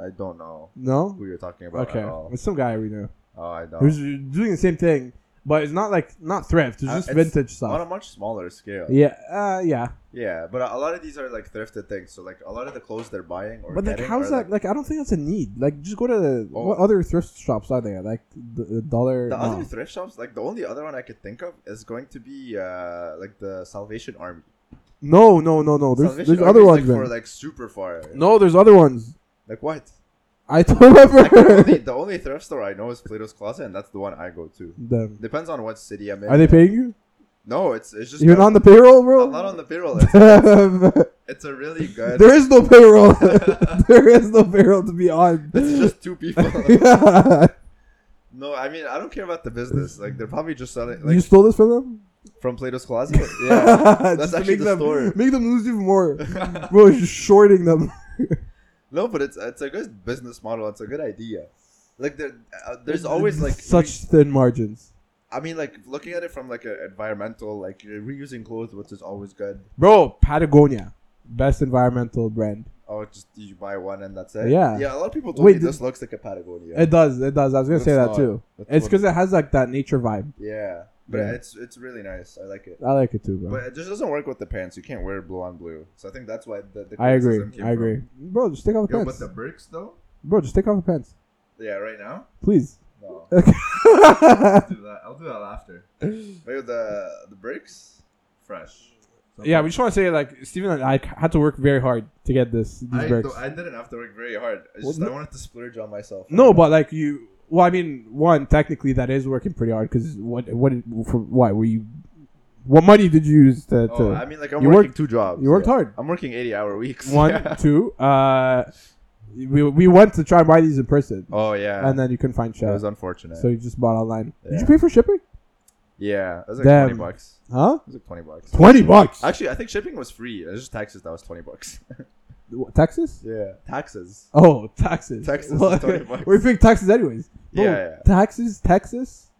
Speaker 3: I don't know
Speaker 2: No?
Speaker 3: who you're talking about.
Speaker 2: Okay.
Speaker 3: At all.
Speaker 2: It's some guy we know.
Speaker 3: Oh, I don't.
Speaker 2: He was doing the same thing, but it's not like not thrift, it's
Speaker 3: Uh,
Speaker 2: just
Speaker 3: it's
Speaker 2: vintage
Speaker 3: on a
Speaker 2: stuff.
Speaker 3: much smaller scale. Yeah.
Speaker 2: Yeah, uh, yeah.
Speaker 3: but a lot of these are like thrifted things. So like a lot of the clothes they're buying or
Speaker 2: But like
Speaker 3: getting
Speaker 2: how's
Speaker 3: are,
Speaker 2: that like I don't think that's a need. Like just go to
Speaker 3: Oh.
Speaker 2: what other thrift shops are there? Like the, the dollar
Speaker 3: The
Speaker 2: no.
Speaker 3: other thrift shops, like the only other one I could think of, is going to be uh, like the Salvation Army.
Speaker 2: no, no, no, no. There's
Speaker 3: Salvation
Speaker 2: there's other
Speaker 3: Army
Speaker 2: ones
Speaker 3: is,
Speaker 2: man.
Speaker 3: like, for like super far.
Speaker 2: no, there's other ones.
Speaker 3: Like what?
Speaker 2: I don't
Speaker 3: Like, the,
Speaker 2: remember.
Speaker 3: only, the only thrift store I know is Plato's Closet, and that's the one I go to.
Speaker 2: Them.
Speaker 3: Depends on what city I'm in.
Speaker 2: Are they paying you?
Speaker 3: No, it's it's just
Speaker 2: You're
Speaker 3: a-
Speaker 2: not on the payroll, bro?
Speaker 3: I'm not on the payroll. It's, it's a really good.
Speaker 2: There is no payroll. there is no payroll to be on.
Speaker 3: It's just two people.
Speaker 2: Yeah.
Speaker 3: no, I mean I don't care about the business. Like they're probably just selling
Speaker 2: you
Speaker 3: like
Speaker 2: stole this from them?
Speaker 3: from Plato's Closet. Yeah,
Speaker 2: Just to
Speaker 3: actually
Speaker 2: make
Speaker 3: the
Speaker 2: them,
Speaker 3: story.
Speaker 2: Make them lose even more. Bro, you're just shorting them.
Speaker 3: no, but it's it's a good business model. It's a good idea. Like there, uh, there's always like
Speaker 2: such thin margins.
Speaker 3: I mean, like looking at it from like an environmental, like you're reusing clothes, which is always good.
Speaker 2: Bro, Patagonia. Best environmental brand.
Speaker 3: Oh, just you buy one and that's it.
Speaker 2: Yeah.
Speaker 3: yeah. A lot of people told
Speaker 2: Wait,
Speaker 3: me
Speaker 2: did-
Speaker 3: this looks like a Patagonia.
Speaker 2: It does, it does. I was gonna
Speaker 3: It's
Speaker 2: say that
Speaker 3: not.
Speaker 2: too.
Speaker 3: That's
Speaker 2: It's
Speaker 3: what-
Speaker 2: because it has like that nature vibe.
Speaker 3: yeah, but
Speaker 2: Yeah.
Speaker 3: it's it's really nice. I like it,
Speaker 2: I like it too, bro.
Speaker 3: but it just doesn't work with the pants. You can't wear blue on blue, so I think that's why the, the
Speaker 2: I agree.
Speaker 3: criticism came
Speaker 2: I agree. Bro, just take off the
Speaker 3: From. Yo, but
Speaker 2: pants.
Speaker 3: the Birks though,
Speaker 2: Bro, just take off the pants.
Speaker 3: yeah, right now,
Speaker 2: Please.
Speaker 3: no,
Speaker 2: yeah,
Speaker 3: I'll do that. I'll do that after. But yo, the the Birks, fresh.
Speaker 2: we just want to say like Steven and I had to work very hard to get this these
Speaker 3: I,
Speaker 2: breaks.
Speaker 3: don't- I didn't have to work very hard. It's
Speaker 2: Well,
Speaker 3: just
Speaker 2: no-
Speaker 3: I wanted to splurge on myself. Oh,
Speaker 2: No, but like you, Well, I mean, one technically that is working pretty hard because what what for why were you? What money did you use to? to
Speaker 3: Oh, I mean, like I'm
Speaker 2: You
Speaker 3: working
Speaker 2: worked-
Speaker 3: two jobs.
Speaker 2: you worked
Speaker 3: yeah.
Speaker 2: hard.
Speaker 3: I'm working 80 hour weeks.
Speaker 2: One,
Speaker 3: yeah.
Speaker 2: two. Uh, we we went to try and buy these in person,
Speaker 3: Oh yeah.
Speaker 2: and then you couldn't find
Speaker 3: it was
Speaker 2: shit,
Speaker 3: unfortunate.
Speaker 2: so you just bought online. Did you
Speaker 3: Yeah.
Speaker 2: pay for shipping?
Speaker 3: yeah, it was like
Speaker 2: Damn.
Speaker 3: 20 bucks.
Speaker 2: Huh?
Speaker 3: It was like 20 bucks.
Speaker 5: Twenty bucks.
Speaker 3: Actually, I think shipping was free. It was just taxes that was 20 bucks.
Speaker 2: What, Taxes?
Speaker 3: yeah, taxes.
Speaker 2: Oh, taxes.
Speaker 3: Taxes is 20 bucks.
Speaker 2: we picked taxes anyways. Bro,
Speaker 3: Yeah, yeah.
Speaker 2: Taxes, Texas.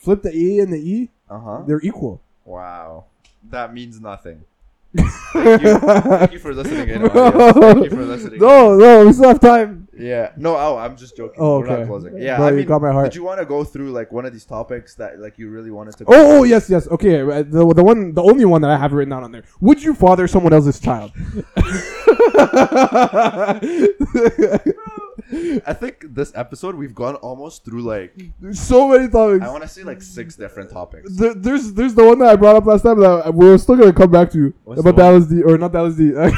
Speaker 2: Flip the E and the E.
Speaker 3: Uh huh.
Speaker 2: They're equal.
Speaker 3: Wow, that means nothing. Thank you, Thank you for listening, in, audience. Thank you for listening.
Speaker 2: No, no, we still have time.
Speaker 3: Yeah. No, oh, I'm just joking.
Speaker 2: Oh,
Speaker 3: We're
Speaker 2: okay.
Speaker 3: not closing. Yeah.
Speaker 2: Bro,
Speaker 3: I
Speaker 2: you
Speaker 3: mean,
Speaker 2: got my heart.
Speaker 3: Did you want to go through like one of these topics that like you really wanted to?
Speaker 2: Oh, oh yes, yes. Okay, uh, the, the one, the only one that I have written down on there. Would you father someone else's child?
Speaker 3: I think this episode we've gone almost through like
Speaker 2: There's so many topics.
Speaker 3: I want to say like six different topics.
Speaker 2: There, there's there's the one that I brought up last time that we are still gonna come back to
Speaker 3: What's
Speaker 2: about
Speaker 3: the one?
Speaker 2: Dallas D or not Dallas D. Uh,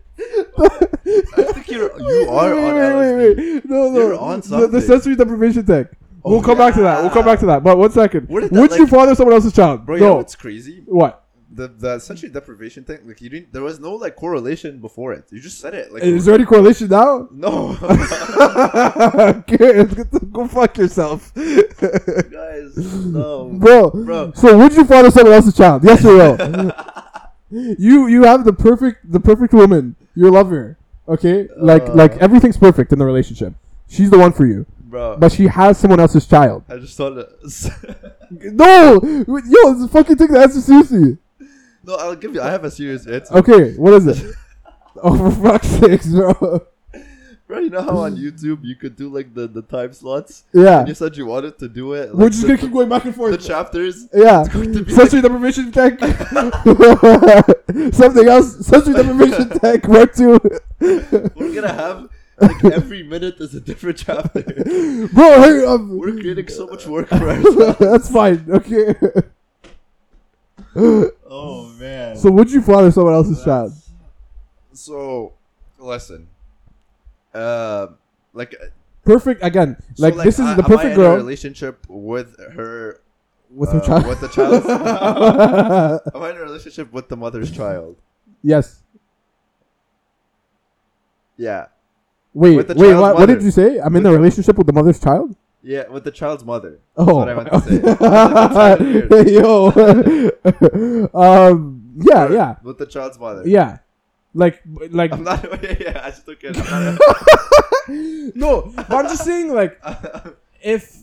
Speaker 3: I think you're you are
Speaker 2: wait,
Speaker 3: on
Speaker 2: wait,
Speaker 3: LSD.
Speaker 2: wait, wait. No, no.
Speaker 3: You're on
Speaker 2: the, the
Speaker 3: something.
Speaker 2: sensory deprivation tech.
Speaker 3: Oh,
Speaker 2: we'll come back to that. We'll come back to that. But one second.
Speaker 3: Where
Speaker 2: Would
Speaker 3: did that,
Speaker 2: you
Speaker 3: like-
Speaker 2: father someone else's child?
Speaker 3: Bro, you know
Speaker 2: no.
Speaker 3: what's crazy?
Speaker 2: What?
Speaker 3: The the sensory deprivation thing. Like you didn't. There was no like correlation before it. You just said it. Like
Speaker 2: Is there any correlation now?
Speaker 3: no,
Speaker 2: okay, go fuck yourself,
Speaker 3: guys, no,
Speaker 2: bro.
Speaker 3: Bro.
Speaker 2: So would you father someone else's child? Yes or no? you you have the perfect the perfect woman. You love her. Okay, like like
Speaker 3: Uh.
Speaker 2: everything's perfect in the relationship. She's the one for you,
Speaker 3: bro.
Speaker 2: but she has someone else's child.
Speaker 3: I just thought. It,
Speaker 2: No, yo, this fucking take the answer seriously.
Speaker 3: no, I'll give you. I have a serious answer.
Speaker 2: Okay, what is it? oh, for fuck's sakes, bro.
Speaker 3: Bro, you know how on YouTube you could do like the, the time slots?
Speaker 2: Yeah.
Speaker 3: And you said you wanted to do it. Like,
Speaker 2: We're just
Speaker 3: the,
Speaker 2: gonna keep going back and
Speaker 3: the
Speaker 2: forth.
Speaker 3: chapters.
Speaker 2: yeah.
Speaker 3: to be
Speaker 2: Sensory deprivation tech. Something else. Sensory deprivation tech. Work too.
Speaker 3: We're gonna have like every minute is a different chapter.
Speaker 2: Bro, hey, um,
Speaker 3: We're creating so much work for ourselves.
Speaker 2: that's fine. Okay.
Speaker 3: Oh man.
Speaker 2: so, would you father someone else's child?
Speaker 3: So, listen. Uh, like, uh,
Speaker 2: Perfect. Again,
Speaker 3: so,
Speaker 2: like, this is
Speaker 3: I-
Speaker 2: the
Speaker 3: am I
Speaker 2: perfect
Speaker 3: in
Speaker 2: girl
Speaker 3: A relationship with her.
Speaker 2: with
Speaker 3: uh,
Speaker 2: her child.
Speaker 3: With the child. am I in a relationship with the mother's child?
Speaker 2: yes.
Speaker 3: Yeah.
Speaker 2: Wait,
Speaker 3: With the
Speaker 2: wait.
Speaker 3: child's
Speaker 2: What, what did
Speaker 3: mother.
Speaker 2: you say? I'm in
Speaker 3: With
Speaker 2: a
Speaker 3: the-
Speaker 2: relationship with the mother's child.
Speaker 3: Yeah, with the child's mother. That's
Speaker 2: Oh,
Speaker 3: what I meant to say.
Speaker 2: yo, um, yeah, yeah,
Speaker 3: With the child's mother.
Speaker 2: yeah, like, like,
Speaker 3: I'm not. Yeah, I just took it. I'm not-
Speaker 2: no, but I'm just saying, like, if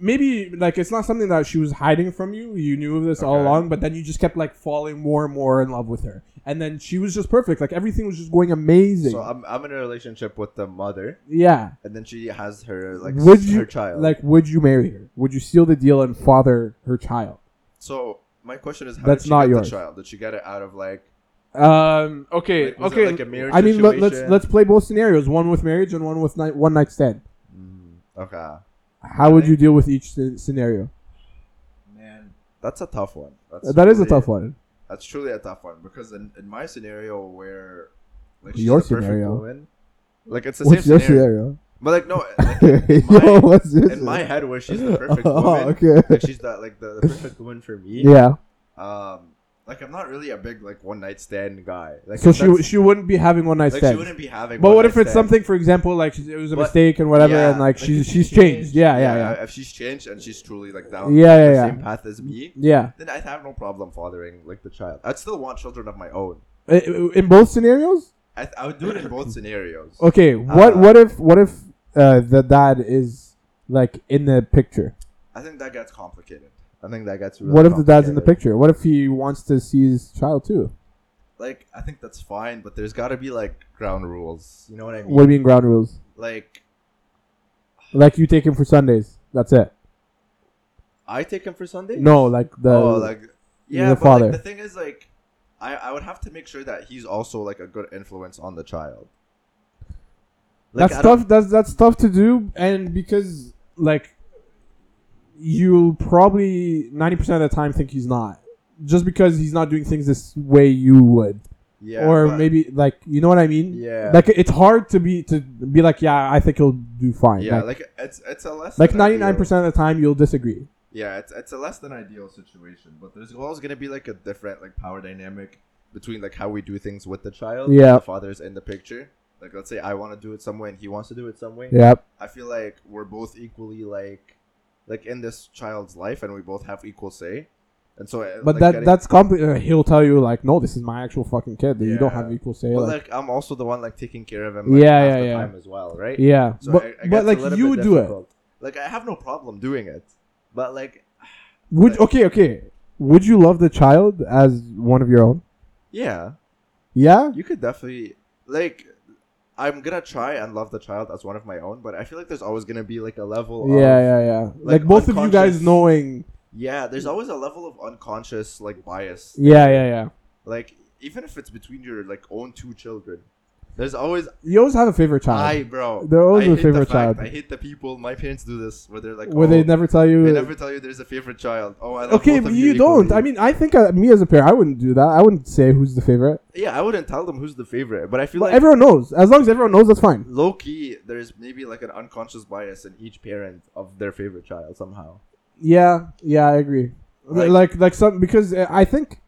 Speaker 2: maybe like it's not something that she was hiding from you, you knew this all
Speaker 3: Okay.
Speaker 2: along, but then you just kept like falling more and more in love with her, and then she was just perfect, like everything was just going amazing.
Speaker 3: so uh, I'm, I'm in a relationship with the mother,
Speaker 2: yeah,
Speaker 3: and then she has her like
Speaker 2: Would
Speaker 3: s-
Speaker 2: you-
Speaker 3: her child.
Speaker 2: like, would you marry her? Would you seal the deal and father her child?
Speaker 3: so my question is, how
Speaker 2: That's
Speaker 3: did she
Speaker 2: not
Speaker 3: get
Speaker 2: yours.
Speaker 3: the child? Did she get it out of like?
Speaker 2: Um. Okay.
Speaker 3: Like, was it
Speaker 2: okay.
Speaker 3: like a marriage
Speaker 2: I mean, let, let's
Speaker 3: situation?
Speaker 2: let's play both scenarios: one with marriage and one with night one night stand.
Speaker 3: Mm, okay,
Speaker 2: How would you deal with each sce- scenario?
Speaker 3: man, that's a tough one. That's
Speaker 2: That is a
Speaker 3: truly-
Speaker 2: tough one.
Speaker 3: That's truly a tough one because in, in my scenario where like
Speaker 2: Your
Speaker 3: the perfect
Speaker 2: scenario.
Speaker 3: woman, like it's the
Speaker 2: What's
Speaker 3: same
Speaker 2: your
Speaker 3: scenario.
Speaker 2: scenario?
Speaker 3: But like no, like,
Speaker 2: Yo,
Speaker 3: in my,
Speaker 2: what's your
Speaker 3: in my
Speaker 2: scenario?
Speaker 3: head where she's the perfect
Speaker 2: Oh,
Speaker 3: woman.
Speaker 2: okay.
Speaker 3: Like she's the like the, the perfect woman for me.
Speaker 2: Yeah.
Speaker 3: um like I'm not really a big like one night stand guy. Like
Speaker 2: So
Speaker 3: if that's-
Speaker 2: she w- she wouldn't be having one night
Speaker 3: like she
Speaker 2: stands.
Speaker 3: wouldn't be having.
Speaker 2: But what
Speaker 3: one-night
Speaker 2: if it's
Speaker 3: stands.
Speaker 2: something, for example, like it was a
Speaker 3: But-
Speaker 2: mistake and whatever,
Speaker 3: Yeah,
Speaker 2: and like
Speaker 3: like
Speaker 2: she's
Speaker 3: if
Speaker 2: she's
Speaker 3: she changed,
Speaker 2: changed. Yeah, yeah, yeah,
Speaker 3: If she's changed and she's truly like down
Speaker 2: Yeah, yeah,
Speaker 3: the
Speaker 2: yeah.
Speaker 3: same path as me,
Speaker 2: yeah.
Speaker 3: then I'd have no problem fathering like the child. I'd still want children of my own.
Speaker 2: I- I- In both scenarios.
Speaker 3: I, I would do it in both scenarios.
Speaker 2: Okay. What
Speaker 3: Uh,
Speaker 2: what if what if uh, the dad is like in the picture?
Speaker 3: I think that gets complicated. I think that gets. Really
Speaker 2: What if the dad's in the
Speaker 3: complicated.
Speaker 2: picture? What if he wants to see his child too?
Speaker 3: Like I think that's fine, but there's got to be like ground rules. You know what I mean?
Speaker 2: What do you mean ground rules?
Speaker 3: Like
Speaker 2: Like you take him for Sundays. That's it.
Speaker 3: I take him for Sunday.
Speaker 2: No, like the
Speaker 3: oh, like yeah,
Speaker 2: the
Speaker 3: but
Speaker 2: father.
Speaker 3: Like, the thing is, like, I I would have to make sure that he's also like a good influence on the child. Like,
Speaker 2: that's
Speaker 3: I don't-
Speaker 2: tough. That's that's tough to do, and because like you probably ninety percent of the time think he's not, just because he's not doing things this way you would.
Speaker 3: yeah,
Speaker 2: or
Speaker 3: but-
Speaker 2: maybe like you know what I mean.
Speaker 3: yeah,
Speaker 2: Like it's hard to be to be like yeah I think he'll do fine.
Speaker 3: yeah,
Speaker 2: like
Speaker 3: like, it's it's a less
Speaker 2: like
Speaker 3: than
Speaker 2: ninety nine
Speaker 3: ideal-
Speaker 2: percent of the time you'll disagree.
Speaker 3: Yeah, it's it's a less than ideal situation, but there's always gonna be like a different like power dynamic between like how we do things with the child. and
Speaker 2: Yeah.
Speaker 3: the father's in the picture. Like, let's say I want to do it some way and he wants to do it some way.
Speaker 2: Yep.
Speaker 3: I feel like we're both equally like like in this child's life, and we both have equal say. And so, uh,
Speaker 2: But
Speaker 3: like,
Speaker 2: that
Speaker 3: getting-
Speaker 2: that's complicated. He'll tell you like, no, this is my actual fucking kid. You don't
Speaker 3: Yeah.
Speaker 2: have equal say.
Speaker 3: but
Speaker 2: Like,
Speaker 3: like, I'm also the one like taking care of him. Like,
Speaker 2: Yeah,
Speaker 3: half
Speaker 2: yeah,
Speaker 3: the
Speaker 2: yeah.
Speaker 3: Time as well, right?
Speaker 2: yeah,
Speaker 3: So
Speaker 2: but
Speaker 3: it- it
Speaker 2: but
Speaker 3: gets a
Speaker 2: like
Speaker 3: little bit
Speaker 2: you do it.
Speaker 3: difficult. Like I have no problem doing it, but like
Speaker 2: Would okay, okay. Would you love the child as one of your own?
Speaker 3: yeah,
Speaker 2: Yeah,
Speaker 3: you could definitely like. I'm gonna try and love the child as one of my own, but I feel like there's always gonna be like a level.
Speaker 2: yeah,
Speaker 3: of,
Speaker 2: yeah, yeah. Like, both of you guys
Speaker 3: unconscious-
Speaker 2: knowing.
Speaker 3: yeah. There's always a level of unconscious like bias.
Speaker 2: Yeah, yeah, yeah.
Speaker 3: Like even if it's between your like own two children, there's always
Speaker 2: You always have a favorite
Speaker 3: I,
Speaker 2: child
Speaker 3: bro.
Speaker 2: They're always
Speaker 3: I
Speaker 2: your
Speaker 3: hate
Speaker 2: favorite
Speaker 3: the fact-
Speaker 2: child.
Speaker 3: I hate the people. My parents do this where they're like,
Speaker 2: where
Speaker 3: oh,
Speaker 2: they never tell you.
Speaker 3: they never tell you there's a favorite child. Oh, I love
Speaker 2: okay,
Speaker 3: both
Speaker 2: but
Speaker 3: of
Speaker 2: you,
Speaker 3: equally.
Speaker 2: don't. I mean, I think uh, me as a parent, I wouldn't do that. I wouldn't say who's the favorite.
Speaker 3: yeah, I wouldn't tell them who's the favorite, but I feel
Speaker 2: But
Speaker 3: like
Speaker 2: everyone knows. As long as everyone knows, that's fine.
Speaker 3: low key there's maybe like an unconscious bias in each parent of their favorite child somehow.
Speaker 2: Yeah, yeah, I agree.
Speaker 3: Like-
Speaker 2: Like, like, some because uh, I think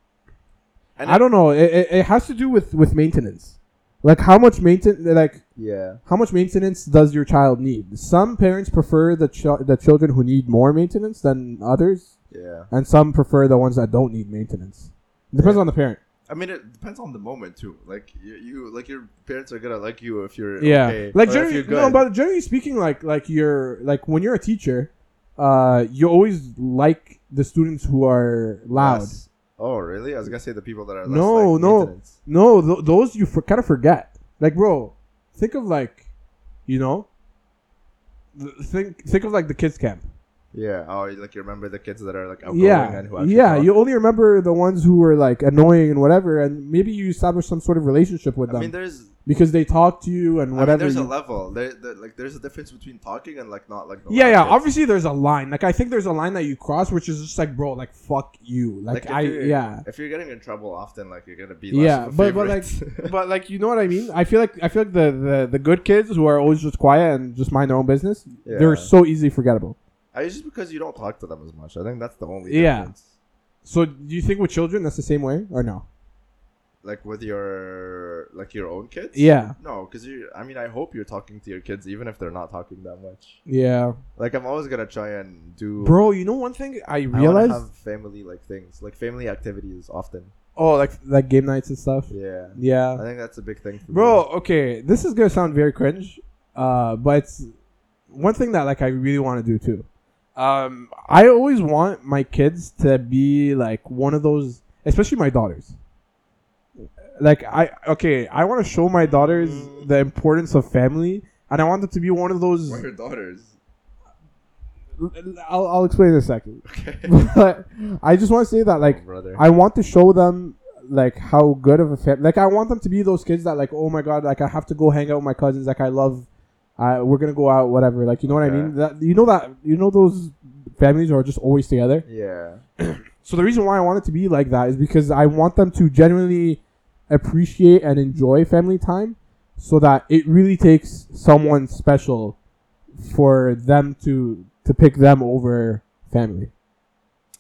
Speaker 3: And
Speaker 2: I don't know. It, it, it has to do with with maintenance, like how much maintenance, like
Speaker 3: Yeah,
Speaker 2: how much maintenance does your child need? Some parents prefer the chil- the children who need more maintenance than others,
Speaker 3: yeah.
Speaker 2: and some prefer the ones that don't need maintenance. It depends on the parent.
Speaker 3: I mean, it depends on the moment too. Like you, you like your parents are gonna like you if you're
Speaker 2: Yeah,
Speaker 3: okay,
Speaker 2: like
Speaker 3: or if
Speaker 2: generally,
Speaker 3: you're
Speaker 2: no,
Speaker 3: good.
Speaker 2: but generally speaking, like like you're like when you're a teacher, uh, you always like the students who are loud.
Speaker 3: Less- Oh really? I was gonna say the people that are less,
Speaker 2: No,
Speaker 3: like,
Speaker 2: no.
Speaker 3: maintenance.
Speaker 2: No, th- those you for- kind of forget. Like, bro, think of like, you know, th- think think of like the kids camp.
Speaker 3: Yeah. Oh, you- like you remember the kids that are like outgoing
Speaker 2: Yeah,
Speaker 3: and Oh, who actually
Speaker 2: yeah.
Speaker 3: talk.
Speaker 2: You only remember the ones who were like annoying and whatever, and maybe you establish some sort of relationship with
Speaker 3: I
Speaker 2: them
Speaker 3: mean, there's
Speaker 2: because they talk to you and
Speaker 3: I mean,
Speaker 2: whatever.
Speaker 3: there's a
Speaker 2: you-
Speaker 3: level. There, there, like there's a difference between talking and like not like. the
Speaker 2: yeah,
Speaker 3: loud
Speaker 2: yeah.
Speaker 3: kids.
Speaker 2: Obviously, there's a line. Like, I think there's a line that you cross, which is just like, bro, like, fuck you. Like,
Speaker 3: if
Speaker 2: I,
Speaker 3: you're-
Speaker 2: yeah.
Speaker 3: If you're getting in trouble often, like you're gonna be. Less
Speaker 2: Yeah,
Speaker 3: of a
Speaker 2: but but like
Speaker 3: favorite.
Speaker 2: but like you know what I mean. I feel like I feel like the, the the good kids who are always just quiet and just mind their own business.
Speaker 3: Yeah.
Speaker 2: They're so easily forgettable.
Speaker 3: I- it's just because you don't talk to them as much. I think that's the only
Speaker 2: Yeah.
Speaker 3: difference.
Speaker 2: So do you think with children that's the same way or no?
Speaker 3: Like with your like your own kids.
Speaker 2: Yeah.
Speaker 3: No, because you. I mean, I hope you're talking to your kids even if they're not talking that much.
Speaker 2: Yeah.
Speaker 3: Like I'm always gonna try and do.
Speaker 2: Bro, you know one thing I
Speaker 3: I wanna
Speaker 2: realized?
Speaker 3: have family like things like family activities often.
Speaker 2: oh, like like game nights and stuff.
Speaker 3: Yeah. I
Speaker 2: Yeah.
Speaker 3: think that's a big thing. For
Speaker 2: Bro,
Speaker 3: me.
Speaker 2: okay, this is going to sound very cringe, uh, but it's one thing that like I really want to do too. Um, I always want my kids to be like one of those, especially my daughters. Like I okay, I want to show my daughters the importance of family, and I want them to be one of those.
Speaker 3: We're your daughters.
Speaker 2: I'll, I'll explain in a second.
Speaker 3: Okay.
Speaker 2: but I just want to say that like
Speaker 3: Oh, brother.
Speaker 2: I want to show them like how good of a fan. Like I want them to be those kids that like oh my god like I have to go hang out with my cousins like I love, uh, we're gonna go out whatever like you know what I
Speaker 3: Okay.
Speaker 2: mean that you know that you know those families are just always together.
Speaker 3: yeah.
Speaker 2: So the reason why I want it to be like that is because I want them to genuinely appreciate and enjoy family time, so that it really takes someone special for them to to pick them over family.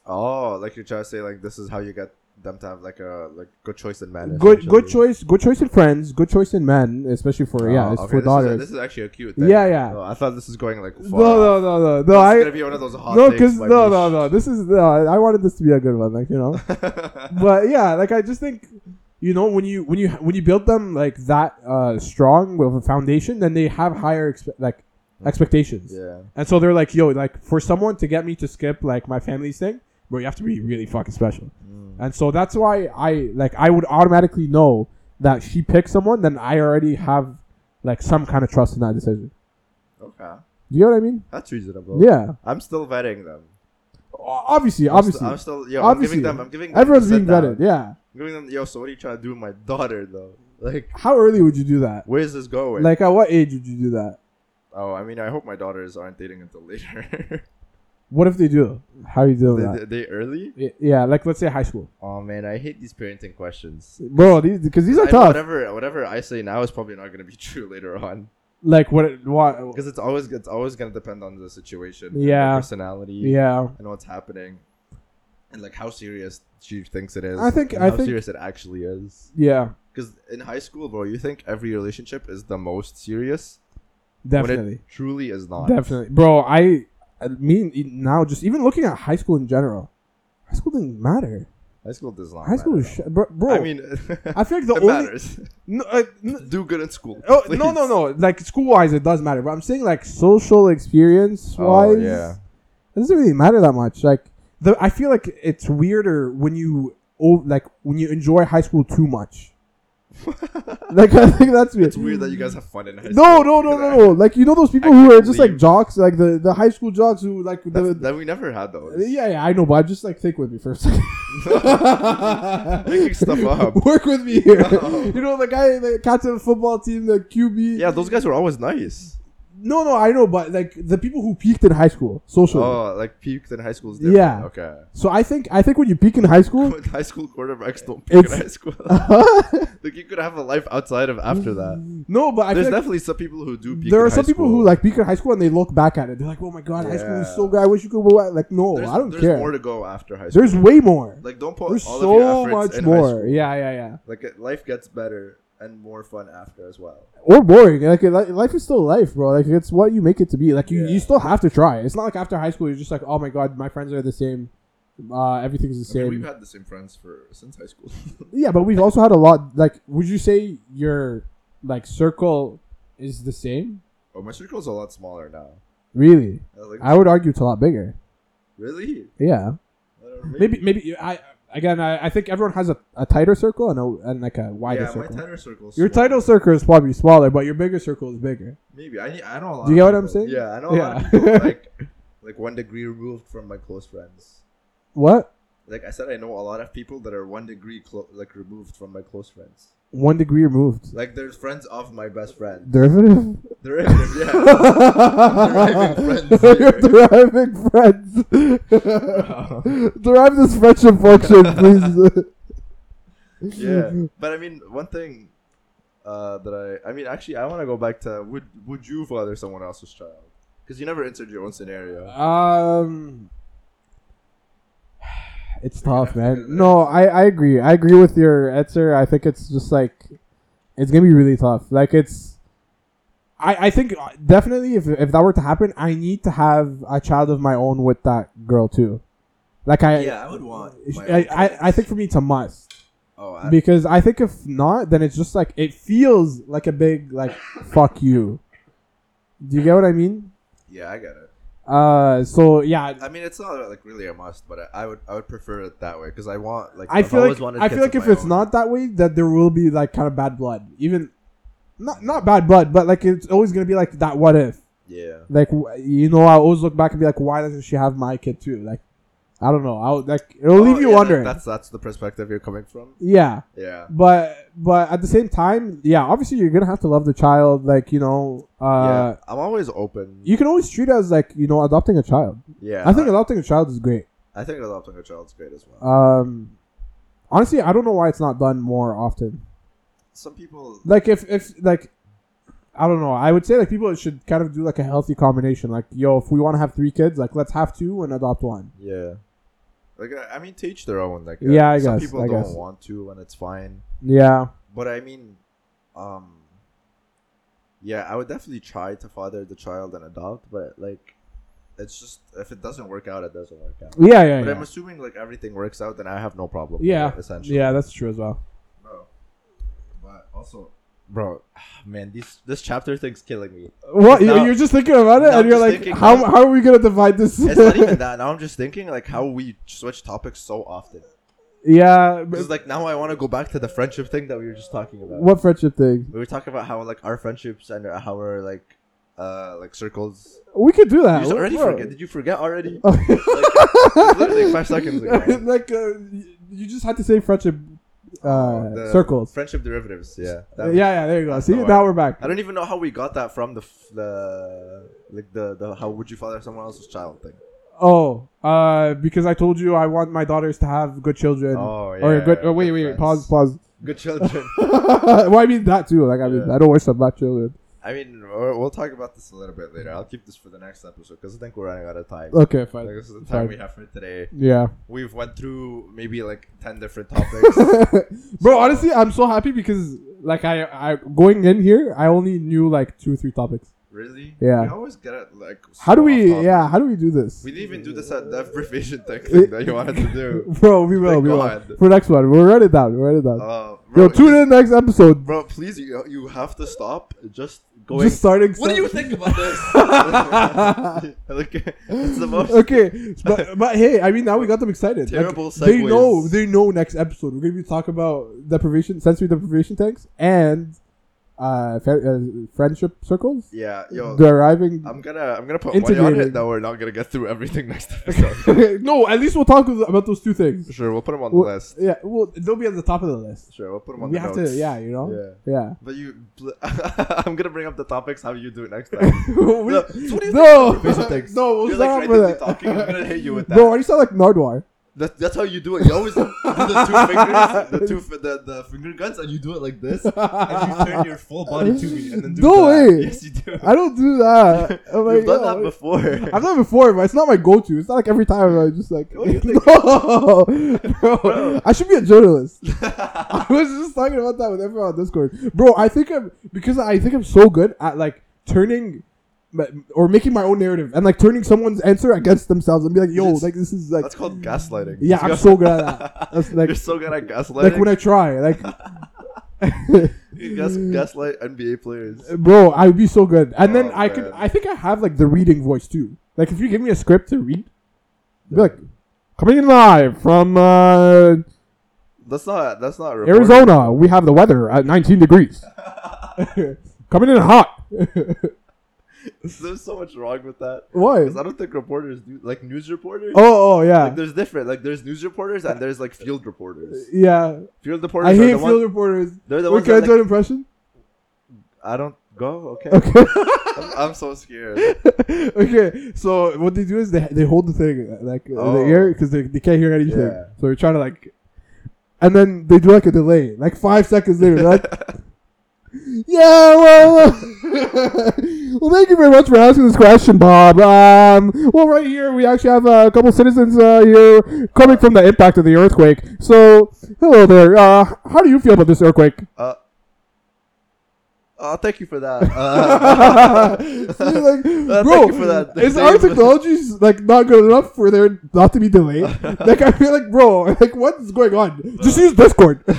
Speaker 3: Oh, like you're trying to say like this is how you get them to have like a like good choice in men.
Speaker 2: good good
Speaker 3: essentially.
Speaker 2: choice good choice in friends good choice in men especially for yeah
Speaker 3: Oh,
Speaker 2: it's
Speaker 3: okay,
Speaker 2: for
Speaker 3: this Is a,
Speaker 2: daughters
Speaker 3: this is actually a cute thing.
Speaker 2: yeah yeah
Speaker 3: Oh, I thought this was going like. Far
Speaker 2: no no no no no
Speaker 3: This
Speaker 2: i
Speaker 3: is gonna be one of those hot
Speaker 2: no
Speaker 3: takes
Speaker 2: because
Speaker 3: by
Speaker 2: no
Speaker 3: Mish.
Speaker 2: no no this is no, i wanted this to be a good one like you know but yeah like i just think you know when you when you when you build them like that uh strong with a foundation then they have higher expe- like
Speaker 3: Mm-hmm.
Speaker 2: expectations
Speaker 3: yeah.
Speaker 2: and so they're like yo like for someone to get me to skip like my family's thing bro you have to be really fucking special
Speaker 3: Mm.
Speaker 2: and so that's why I like I would automatically know that she picked someone, then I already have like some kind of trust in that decision.
Speaker 3: Okay.
Speaker 2: Do you know what I mean?
Speaker 3: That's reasonable.
Speaker 2: Yeah.
Speaker 3: I'm still vetting them.
Speaker 2: O- Obviously,
Speaker 3: I'm st-
Speaker 2: obviously.
Speaker 3: I'm still. Yo,
Speaker 2: Obviously.
Speaker 3: I'm giving them. I'm giving. Them
Speaker 2: Everyone's
Speaker 3: the
Speaker 2: being
Speaker 3: sit-down.
Speaker 2: vetted, yeah.
Speaker 3: I'm giving them. Yo, so what are you trying to do with my daughter though? Like,
Speaker 2: How early would you do that?
Speaker 3: where's this going?
Speaker 2: Like at what age would you do that?
Speaker 3: oh, I mean, I hope my daughters aren't dating until later.
Speaker 2: What if they do? How you deal with
Speaker 3: They,
Speaker 2: that?
Speaker 3: they, they early?
Speaker 2: Y- Yeah, like let's say high school,
Speaker 3: Oh man, I hate these parenting questions.
Speaker 2: bro. These because these are
Speaker 3: I-
Speaker 2: tough.
Speaker 3: Whatever, whatever I say now is probably not gonna be true later on
Speaker 2: Like what? What?
Speaker 3: because it's always it's always gonna depend on the situation, and
Speaker 2: Yeah.
Speaker 3: the personality,
Speaker 2: Yeah,
Speaker 3: and what's happening, and like how serious she thinks it is.
Speaker 2: I think-
Speaker 3: and
Speaker 2: I
Speaker 3: how
Speaker 2: think-
Speaker 3: serious it actually is.
Speaker 2: yeah,
Speaker 3: Because in high school, bro, you think every relationship is the most serious when
Speaker 2: definitely,
Speaker 3: it truly is not.
Speaker 2: definitely, bro. I, I mean, e- now just even looking at high school in general, high school didn't matter.
Speaker 3: High school does not.
Speaker 2: High school,
Speaker 3: matter
Speaker 2: is
Speaker 3: at
Speaker 2: sh- bro.
Speaker 3: all.
Speaker 2: bro
Speaker 3: I mean,
Speaker 2: I feel like the
Speaker 3: it
Speaker 2: only
Speaker 3: matters.
Speaker 2: no, uh, no,
Speaker 3: Do good in school.
Speaker 2: oh,
Speaker 3: please.
Speaker 2: no, no, no. Like school wise, it does matter, but I'm saying like social experience
Speaker 3: Oh,
Speaker 2: wise,
Speaker 3: yeah.
Speaker 2: it doesn't really matter that much. Like the, I feel like it's weirder when you oh, like when you enjoy high school too much. like I think that's weird.
Speaker 3: It's weird that you guys have fun in high
Speaker 2: No,
Speaker 3: school.
Speaker 2: no, no, no, no. Like you know those people
Speaker 3: I
Speaker 2: who are
Speaker 3: can't
Speaker 2: just like
Speaker 3: believe-
Speaker 2: jocks, like the, the high school jocks who like the,
Speaker 3: That's- that we never had those.
Speaker 2: yeah, yeah, I know, but just like think with me for a second.
Speaker 3: Making stuff up.
Speaker 2: Work with me here.
Speaker 3: No.
Speaker 2: You know the guy, the captain football team, the QB.
Speaker 3: Yeah, those guys were always nice.
Speaker 2: No, no, I know, but like the people who peaked in high school socially.
Speaker 3: Oh, like peaked in high school is different.
Speaker 2: Yeah.
Speaker 3: Okay.
Speaker 2: So I think I think when you peak in high school,
Speaker 3: high school quarterbacks don't peak in
Speaker 2: It's-
Speaker 3: high school. like you could have a life outside of after that.
Speaker 2: no, but I
Speaker 3: There's
Speaker 2: feel like
Speaker 3: definitely some people who do peak.
Speaker 2: there
Speaker 3: in
Speaker 2: are
Speaker 3: high
Speaker 2: some people
Speaker 3: school.
Speaker 2: who like peak in high school and they look back at it. They're like, oh my god, high school is
Speaker 3: Yeah.
Speaker 2: so good. I wish you could. go out." Like no,
Speaker 3: There's,
Speaker 2: oh, I don't
Speaker 3: there's
Speaker 2: care.
Speaker 3: more to go after high school.
Speaker 2: there's way more.
Speaker 3: like don't put
Speaker 2: there's
Speaker 3: all of your
Speaker 2: so
Speaker 3: efforts
Speaker 2: much
Speaker 3: in high
Speaker 2: more.
Speaker 3: school.
Speaker 2: Yeah, yeah, yeah.
Speaker 3: Like it- life gets better and more fun after as well.
Speaker 2: or boring. Like li- life is still life, bro. Like it's what you make it to be. Like you, you
Speaker 3: Yeah.
Speaker 2: still have to try. It's not like after high school you're just like, oh my god, my friends are the same. Uh, everything's the
Speaker 3: I
Speaker 2: same.
Speaker 3: mean, we've had the same friends for since high school.
Speaker 2: yeah, but we've also had a lot. Like, would you say your like circle is the same?
Speaker 3: oh, my circle's a lot smaller now.
Speaker 2: Really,
Speaker 3: I was like,
Speaker 2: I would argue it's a lot bigger.
Speaker 3: really?
Speaker 2: Yeah,
Speaker 3: I don't know,
Speaker 2: maybe maybe you- I again I, I think everyone has a, a tighter circle and a and like a wider
Speaker 3: yeah,
Speaker 2: circle.
Speaker 3: my tighter circle's
Speaker 2: your
Speaker 3: smaller.
Speaker 2: title circle is probably smaller, but your bigger circle is bigger.
Speaker 3: Maybe I need, I know a lot.
Speaker 2: Do you
Speaker 3: of
Speaker 2: get what I'm
Speaker 3: people.
Speaker 2: saying?
Speaker 3: Yeah, I know a lot
Speaker 2: Yeah.
Speaker 3: of people like like one degree removed from my close friends.
Speaker 2: What
Speaker 3: Like I said, I know a lot of people that are one degree clo- like removed from my close friends.
Speaker 2: one degree removed?
Speaker 3: Like there's friends of my best friend.
Speaker 2: Derivative.
Speaker 3: They're yeah. Deriving friends
Speaker 2: You're
Speaker 3: here.
Speaker 2: deriving friends. Derive this friendship function, please.
Speaker 3: yeah but i mean one thing uh that i i mean actually i want to go back to would would you father someone else's child because you never answered your own scenario
Speaker 2: Um, it's tough, man. No, I, I agree. I agree with your answer. I think it's just like it's gonna be really tough. Like it's, I I think uh, definitely if if that were to happen, I need to have a child of my own with that girl too. Like I
Speaker 3: i would want
Speaker 2: I, I I think for me it's a must.
Speaker 3: oh I,
Speaker 2: because I think if not, then it's just like it feels like a big like fuck you. Do you get what I mean?
Speaker 3: yeah i get it
Speaker 2: Uh, so yeah,
Speaker 3: i mean it's not like really a must but i, I would i would prefer it that way because i want like
Speaker 2: I
Speaker 3: I've
Speaker 2: feel
Speaker 3: always
Speaker 2: like
Speaker 3: wanted
Speaker 2: I
Speaker 3: kids
Speaker 2: feel like
Speaker 3: of
Speaker 2: if
Speaker 3: my
Speaker 2: it's
Speaker 3: own.
Speaker 2: not that way, that there will be like kind of bad blood. Even not not bad blood, but like it's always gonna be like that. What if?
Speaker 3: yeah
Speaker 2: Like wh- you know, I always look back and be like, why doesn't she have my kid too? Like I don't know. I'll like it'll
Speaker 3: Oh,
Speaker 2: leave you
Speaker 3: yeah, that-
Speaker 2: wondering.
Speaker 3: that's that's the perspective you're coming from
Speaker 2: yeah.
Speaker 3: yeah
Speaker 2: But but at the same time, yeah, obviously you're gonna have to love the child, like you know, uh,
Speaker 3: yeah i'm always open
Speaker 2: you can always treat it as like you know adopting a child.
Speaker 3: yeah
Speaker 2: I think adopting a child is great.
Speaker 3: I, think adopting a child's great as well
Speaker 2: Um, honestly, I don't know why it's not done more often.
Speaker 3: some people
Speaker 2: Like if if like I don't know. I would say like people should kind of do like a healthy combination. Like yo, if we want to have three kids, like let's have two and adopt one.
Speaker 3: Yeah. Like uh, I- I mean, to each their own. Like uh,
Speaker 2: Yeah, I
Speaker 3: some
Speaker 2: guess,
Speaker 3: people
Speaker 2: I
Speaker 3: don't
Speaker 2: guess.
Speaker 3: want to, and it's fine.
Speaker 2: Yeah,
Speaker 3: But I mean, um, yeah, I would definitely try to father the child and adopt, but like, it's just if it doesn't work out, it doesn't work out.
Speaker 2: yeah, yeah,
Speaker 3: But
Speaker 2: yeah.
Speaker 3: I'm assuming like everything works out, then I have no problem. with
Speaker 2: yeah,
Speaker 3: it, essentially.
Speaker 2: yeah. That's true as well.
Speaker 3: Bro, but also, bro, man, these this chapter thing's killing me.
Speaker 2: What you-
Speaker 3: Now-
Speaker 2: you're just thinking about it,
Speaker 3: now
Speaker 2: and
Speaker 3: I'm
Speaker 2: you're
Speaker 3: just
Speaker 2: like,
Speaker 3: thinking
Speaker 2: how,
Speaker 3: about-
Speaker 2: how are we gonna divide this?
Speaker 3: It's not even that. Now I'm just thinking like how we switch topics so often.
Speaker 2: yeah, but-
Speaker 3: Because like now I want to go back to the friendship thing that we were just talking about.
Speaker 2: what friendship thing?
Speaker 3: We were talking about how like our friendships and how our like uh like circles.
Speaker 2: We could do
Speaker 3: You
Speaker 2: that.
Speaker 3: just
Speaker 2: What-
Speaker 3: already
Speaker 2: bro.
Speaker 3: forget? Did you forget already? like, literally five seconds ago.
Speaker 2: like uh, y- you just had to say friendship uh,
Speaker 3: Oh, The
Speaker 2: circles.
Speaker 3: Friendship derivatives. Yeah.
Speaker 2: yeah,
Speaker 3: That-
Speaker 2: yeah, there you go.
Speaker 3: that's
Speaker 2: See,
Speaker 3: the one.
Speaker 2: now we're back.
Speaker 3: I don't even know how we got that from the f- the like the the how would you father someone else's child thing.
Speaker 2: Oh, uh, because I told you I want my daughters to have good children.
Speaker 3: Oh yeah.
Speaker 2: or good. Oh, wait, wait, wait.
Speaker 3: friends.
Speaker 2: Pause, pause.
Speaker 3: Good children.
Speaker 2: well, I mean that too. Like, I mean,
Speaker 3: Yeah.
Speaker 2: I don't worship bad children.
Speaker 3: I mean, we'll we'll talk about this a little bit later. I'll keep this for the next episode because I think we're running out of time.
Speaker 2: Okay,
Speaker 3: Like,
Speaker 2: fine.
Speaker 3: this is the time
Speaker 2: Fine.
Speaker 3: we have for today.
Speaker 2: Yeah,
Speaker 3: We've went through maybe like ten different topics.
Speaker 2: bro. Honestly, I'm so happy because like I, I going in here, I only knew like two or three topics.
Speaker 3: really?
Speaker 2: Yeah.
Speaker 3: We always get it like.
Speaker 2: How do
Speaker 3: so
Speaker 2: we?
Speaker 3: off topic.
Speaker 2: Yeah, how do we do this?
Speaker 3: We didn't even do this at deprivation tech thing that you wanted to do.
Speaker 2: Bro, we
Speaker 3: Thank
Speaker 2: will. We will.
Speaker 3: God.
Speaker 2: For next one, we'll write it down. We'll write it down.
Speaker 3: Uh, bro,
Speaker 2: Yo, tune in next episode.
Speaker 3: Bro, please, you, you have to stop just going.
Speaker 2: Just starting.
Speaker 3: what do
Speaker 2: stuff.
Speaker 3: you think about this? Look, it's the most
Speaker 2: okay, but, but hey, I mean, now we got them excited. Like,
Speaker 3: terrible segue.
Speaker 2: they know. They know. Next episode, we're gonna be talking about deprivation, sensory deprivation tanks, and uh, fa- uh friendship circles.
Speaker 3: yeah, yo,
Speaker 2: Deriving.
Speaker 3: I'm gonna I'm gonna put money on
Speaker 2: Integrating.
Speaker 3: it that we're not gonna get through everything next episode.
Speaker 2: no, at least we'll talk about those two things.
Speaker 3: sure, we'll put them on
Speaker 2: Well-
Speaker 3: the list.
Speaker 2: Yeah, well, they'll be at the top of the list.
Speaker 3: Sure, we'll put them on
Speaker 2: We
Speaker 3: the
Speaker 2: have
Speaker 3: notes.
Speaker 2: to. Yeah, you know.
Speaker 3: Yeah.
Speaker 2: Yeah.
Speaker 3: But you, I'm gonna bring up the topics. How you do it next time?
Speaker 2: We-
Speaker 3: No, so what do you
Speaker 2: no,
Speaker 3: think about basic
Speaker 2: no, we'll
Speaker 3: You're
Speaker 2: stop
Speaker 3: like
Speaker 2: with
Speaker 3: randomly
Speaker 2: that.
Speaker 3: talking. I'm gonna hit you with that.
Speaker 2: Bro, already sound like Nardwar.
Speaker 3: That, that's how you do it. You always do the two fingers, the two fi- the, the finger guns, and you do it like this, and you turn your full body to me, and then do
Speaker 2: No
Speaker 3: that.
Speaker 2: way.
Speaker 3: Yes, you do.
Speaker 2: I don't do that. I'm like,
Speaker 3: You've done
Speaker 2: yo,
Speaker 3: that before.
Speaker 2: I've done it before, but it's not my go-to. It's not like every time I just like.
Speaker 3: What do you
Speaker 2: no, bro. I should be a journalist. I was just talking about that with everyone on Discord, bro. I think I'm because I think I'm so good at like turning. ma- Or making my own narrative and like turning someone's answer against themselves and be like, "Yo,
Speaker 3: It's-
Speaker 2: like this is like,
Speaker 3: that's called gaslighting.
Speaker 2: yeah, I'm so good at that." That's like,
Speaker 3: You're so good at gaslighting.
Speaker 2: like when I try, like,
Speaker 3: You gas, gaslight NBA players.
Speaker 2: bro, I would be so good. And then
Speaker 3: Oh,
Speaker 2: I could,
Speaker 3: man.
Speaker 2: I think I have like the reading voice too. Like if you give me a script to read, I'd be like coming in live from uh,
Speaker 3: That's not. That's not. Reporting.
Speaker 2: Arizona. We have the weather at 19 degrees. coming in hot.
Speaker 3: There's so much wrong with that.
Speaker 2: Why?
Speaker 3: 'Cause I don't think reporters do like news reporters.
Speaker 2: Oh, oh yeah,
Speaker 3: Like, there's different. Like there's news reporters and there's like field reporters.
Speaker 2: yeah.
Speaker 3: Field
Speaker 2: Uh,
Speaker 3: reporters
Speaker 2: I hate
Speaker 3: are
Speaker 2: field
Speaker 3: the ones.
Speaker 2: reporters.
Speaker 3: They're the
Speaker 2: Wait,
Speaker 3: ones
Speaker 2: can I
Speaker 3: that
Speaker 2: do
Speaker 3: like,
Speaker 2: an impression?
Speaker 3: I don't go. Okay.
Speaker 2: Okay.
Speaker 3: I'm, I'm so scared.
Speaker 2: okay, so what they do is they they hold the thing uh, like uh
Speaker 3: Oh.
Speaker 2: the ear because they, they can't hear anything.
Speaker 3: Yeah.
Speaker 2: So we're trying to like, and then they do like a delay, like five seconds later. they're like, yeah, well, well, thank you very much for asking this question, Bob. Um, well, right here we actually have uh, a couple citizens uh, here coming from the impact of the earthquake. So, hello there. Uh, how do you feel about this earthquake?
Speaker 3: Uh, oh, thank you for that. Uh,
Speaker 2: So you're like,
Speaker 3: Uh,
Speaker 2: bro,
Speaker 3: thank you for that.
Speaker 2: is our
Speaker 3: Thank you.
Speaker 2: technology s- like not good enough for there not to be delayed? like I feel like, bro, like what's going on? Just use Discord, bro.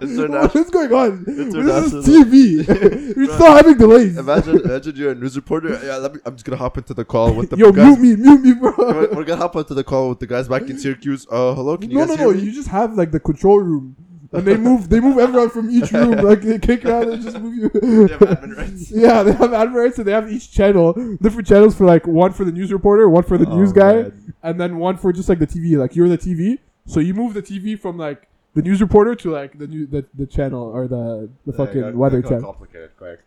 Speaker 3: International-
Speaker 2: What's going on? This
Speaker 3: international.
Speaker 2: is TV. We're
Speaker 3: Bro.
Speaker 2: still having delays.
Speaker 3: imagine, imagine you're a news reporter. Yeah, let me, I'm just gonna hop into the call with the
Speaker 2: Yo,
Speaker 3: guys.
Speaker 2: mute me, mute me,
Speaker 3: We're,
Speaker 2: bro.
Speaker 3: we're gonna hop onto the call with the guys back in Syracuse. Uh, hello, can you
Speaker 2: No,
Speaker 3: guys
Speaker 2: no,
Speaker 3: hear
Speaker 2: no.
Speaker 3: me?
Speaker 2: You just have like the control room, and they move. They move everyone from each room. Like they kick out and just move you.
Speaker 3: They have admin rights.
Speaker 2: Yeah, they have adverts and they have each channel, different channels for like one for the news reporter, one for the
Speaker 3: Oh,
Speaker 2: news guy,
Speaker 3: man.
Speaker 2: and then one for just like the TV. Like you're the TV, so you move the TV from like the news reporter to like the new the, the channel or the the
Speaker 3: Yeah,
Speaker 2: fucking
Speaker 3: got-
Speaker 2: weather
Speaker 3: got kinda
Speaker 2: channel.
Speaker 3: Complicated, quick.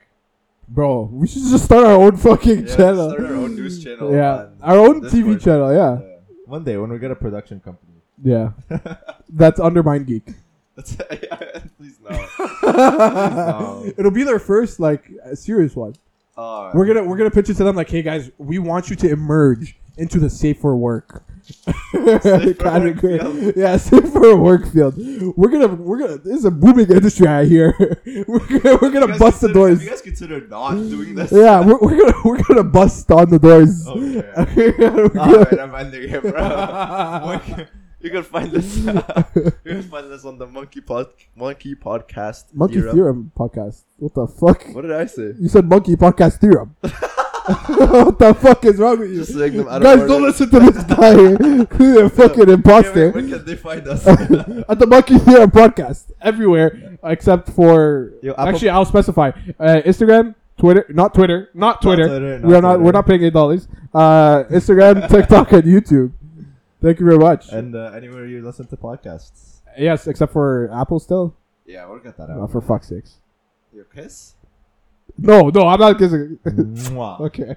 Speaker 2: Bro, we should just start our own fucking
Speaker 3: Yeah,
Speaker 2: channel.
Speaker 3: start our own news channel.
Speaker 2: yeah,
Speaker 3: on
Speaker 2: our own TV
Speaker 3: Discord.
Speaker 2: channel. Yeah,
Speaker 3: Yeah.
Speaker 5: One day when we get a production company.
Speaker 2: yeah. That's Undermine Geek.
Speaker 3: That's, yeah, please no. Um,
Speaker 2: It'll be their first like serious one.
Speaker 3: Oh,
Speaker 2: We're gonna we're gonna pitch it to them like, hey guys, we want you to emerge into the safer work category.
Speaker 3: field.
Speaker 2: Yeah, safer work field. We're gonna we're gonna this is a booming industry out here. we're gonna we're
Speaker 3: You
Speaker 2: gonna
Speaker 3: guys
Speaker 2: bust the
Speaker 3: consider-
Speaker 2: doors.
Speaker 3: Have you guys consider not doing this?
Speaker 2: Yeah, we're, we're gonna we're gonna bust on the doors.
Speaker 3: Okay.
Speaker 2: We're
Speaker 3: All
Speaker 2: gonna-
Speaker 3: right, I'm ending it, bro. Monkey- you can find this. uh, you can find this on the Monkey Pod Monkey Podcast.
Speaker 2: Monkey
Speaker 3: era.
Speaker 2: Theorem podcast. What the fuck?
Speaker 3: What did I say?
Speaker 2: You said Monkey Podcast Theorem. what the fuck is wrong with you?
Speaker 3: Just saying them out of
Speaker 2: Guys,
Speaker 3: order.
Speaker 2: don't listen to this guy. He's a fucking
Speaker 3: Okay,
Speaker 2: imposter.
Speaker 3: wait, where can they find us?
Speaker 2: at the Monkey Theorem podcast everywhere except for
Speaker 5: Yo, Apple-
Speaker 2: actually I'll specify uh, Instagram, Twitter, not Twitter, not Twitter.
Speaker 5: Twitter, not
Speaker 2: we're not we're
Speaker 5: Twitter.
Speaker 2: not paying eight dollars. Uh, Instagram, TikTok, and YouTube. Thank you very much.
Speaker 5: And uh, anywhere you listen to podcasts.
Speaker 2: yes, except for Apple still.
Speaker 3: yeah, we'll get that
Speaker 2: Oh,
Speaker 3: out.
Speaker 2: for fuck's sakes.
Speaker 3: Your kiss.
Speaker 2: No, no, I'm not kissing.
Speaker 5: Mwah.
Speaker 2: okay.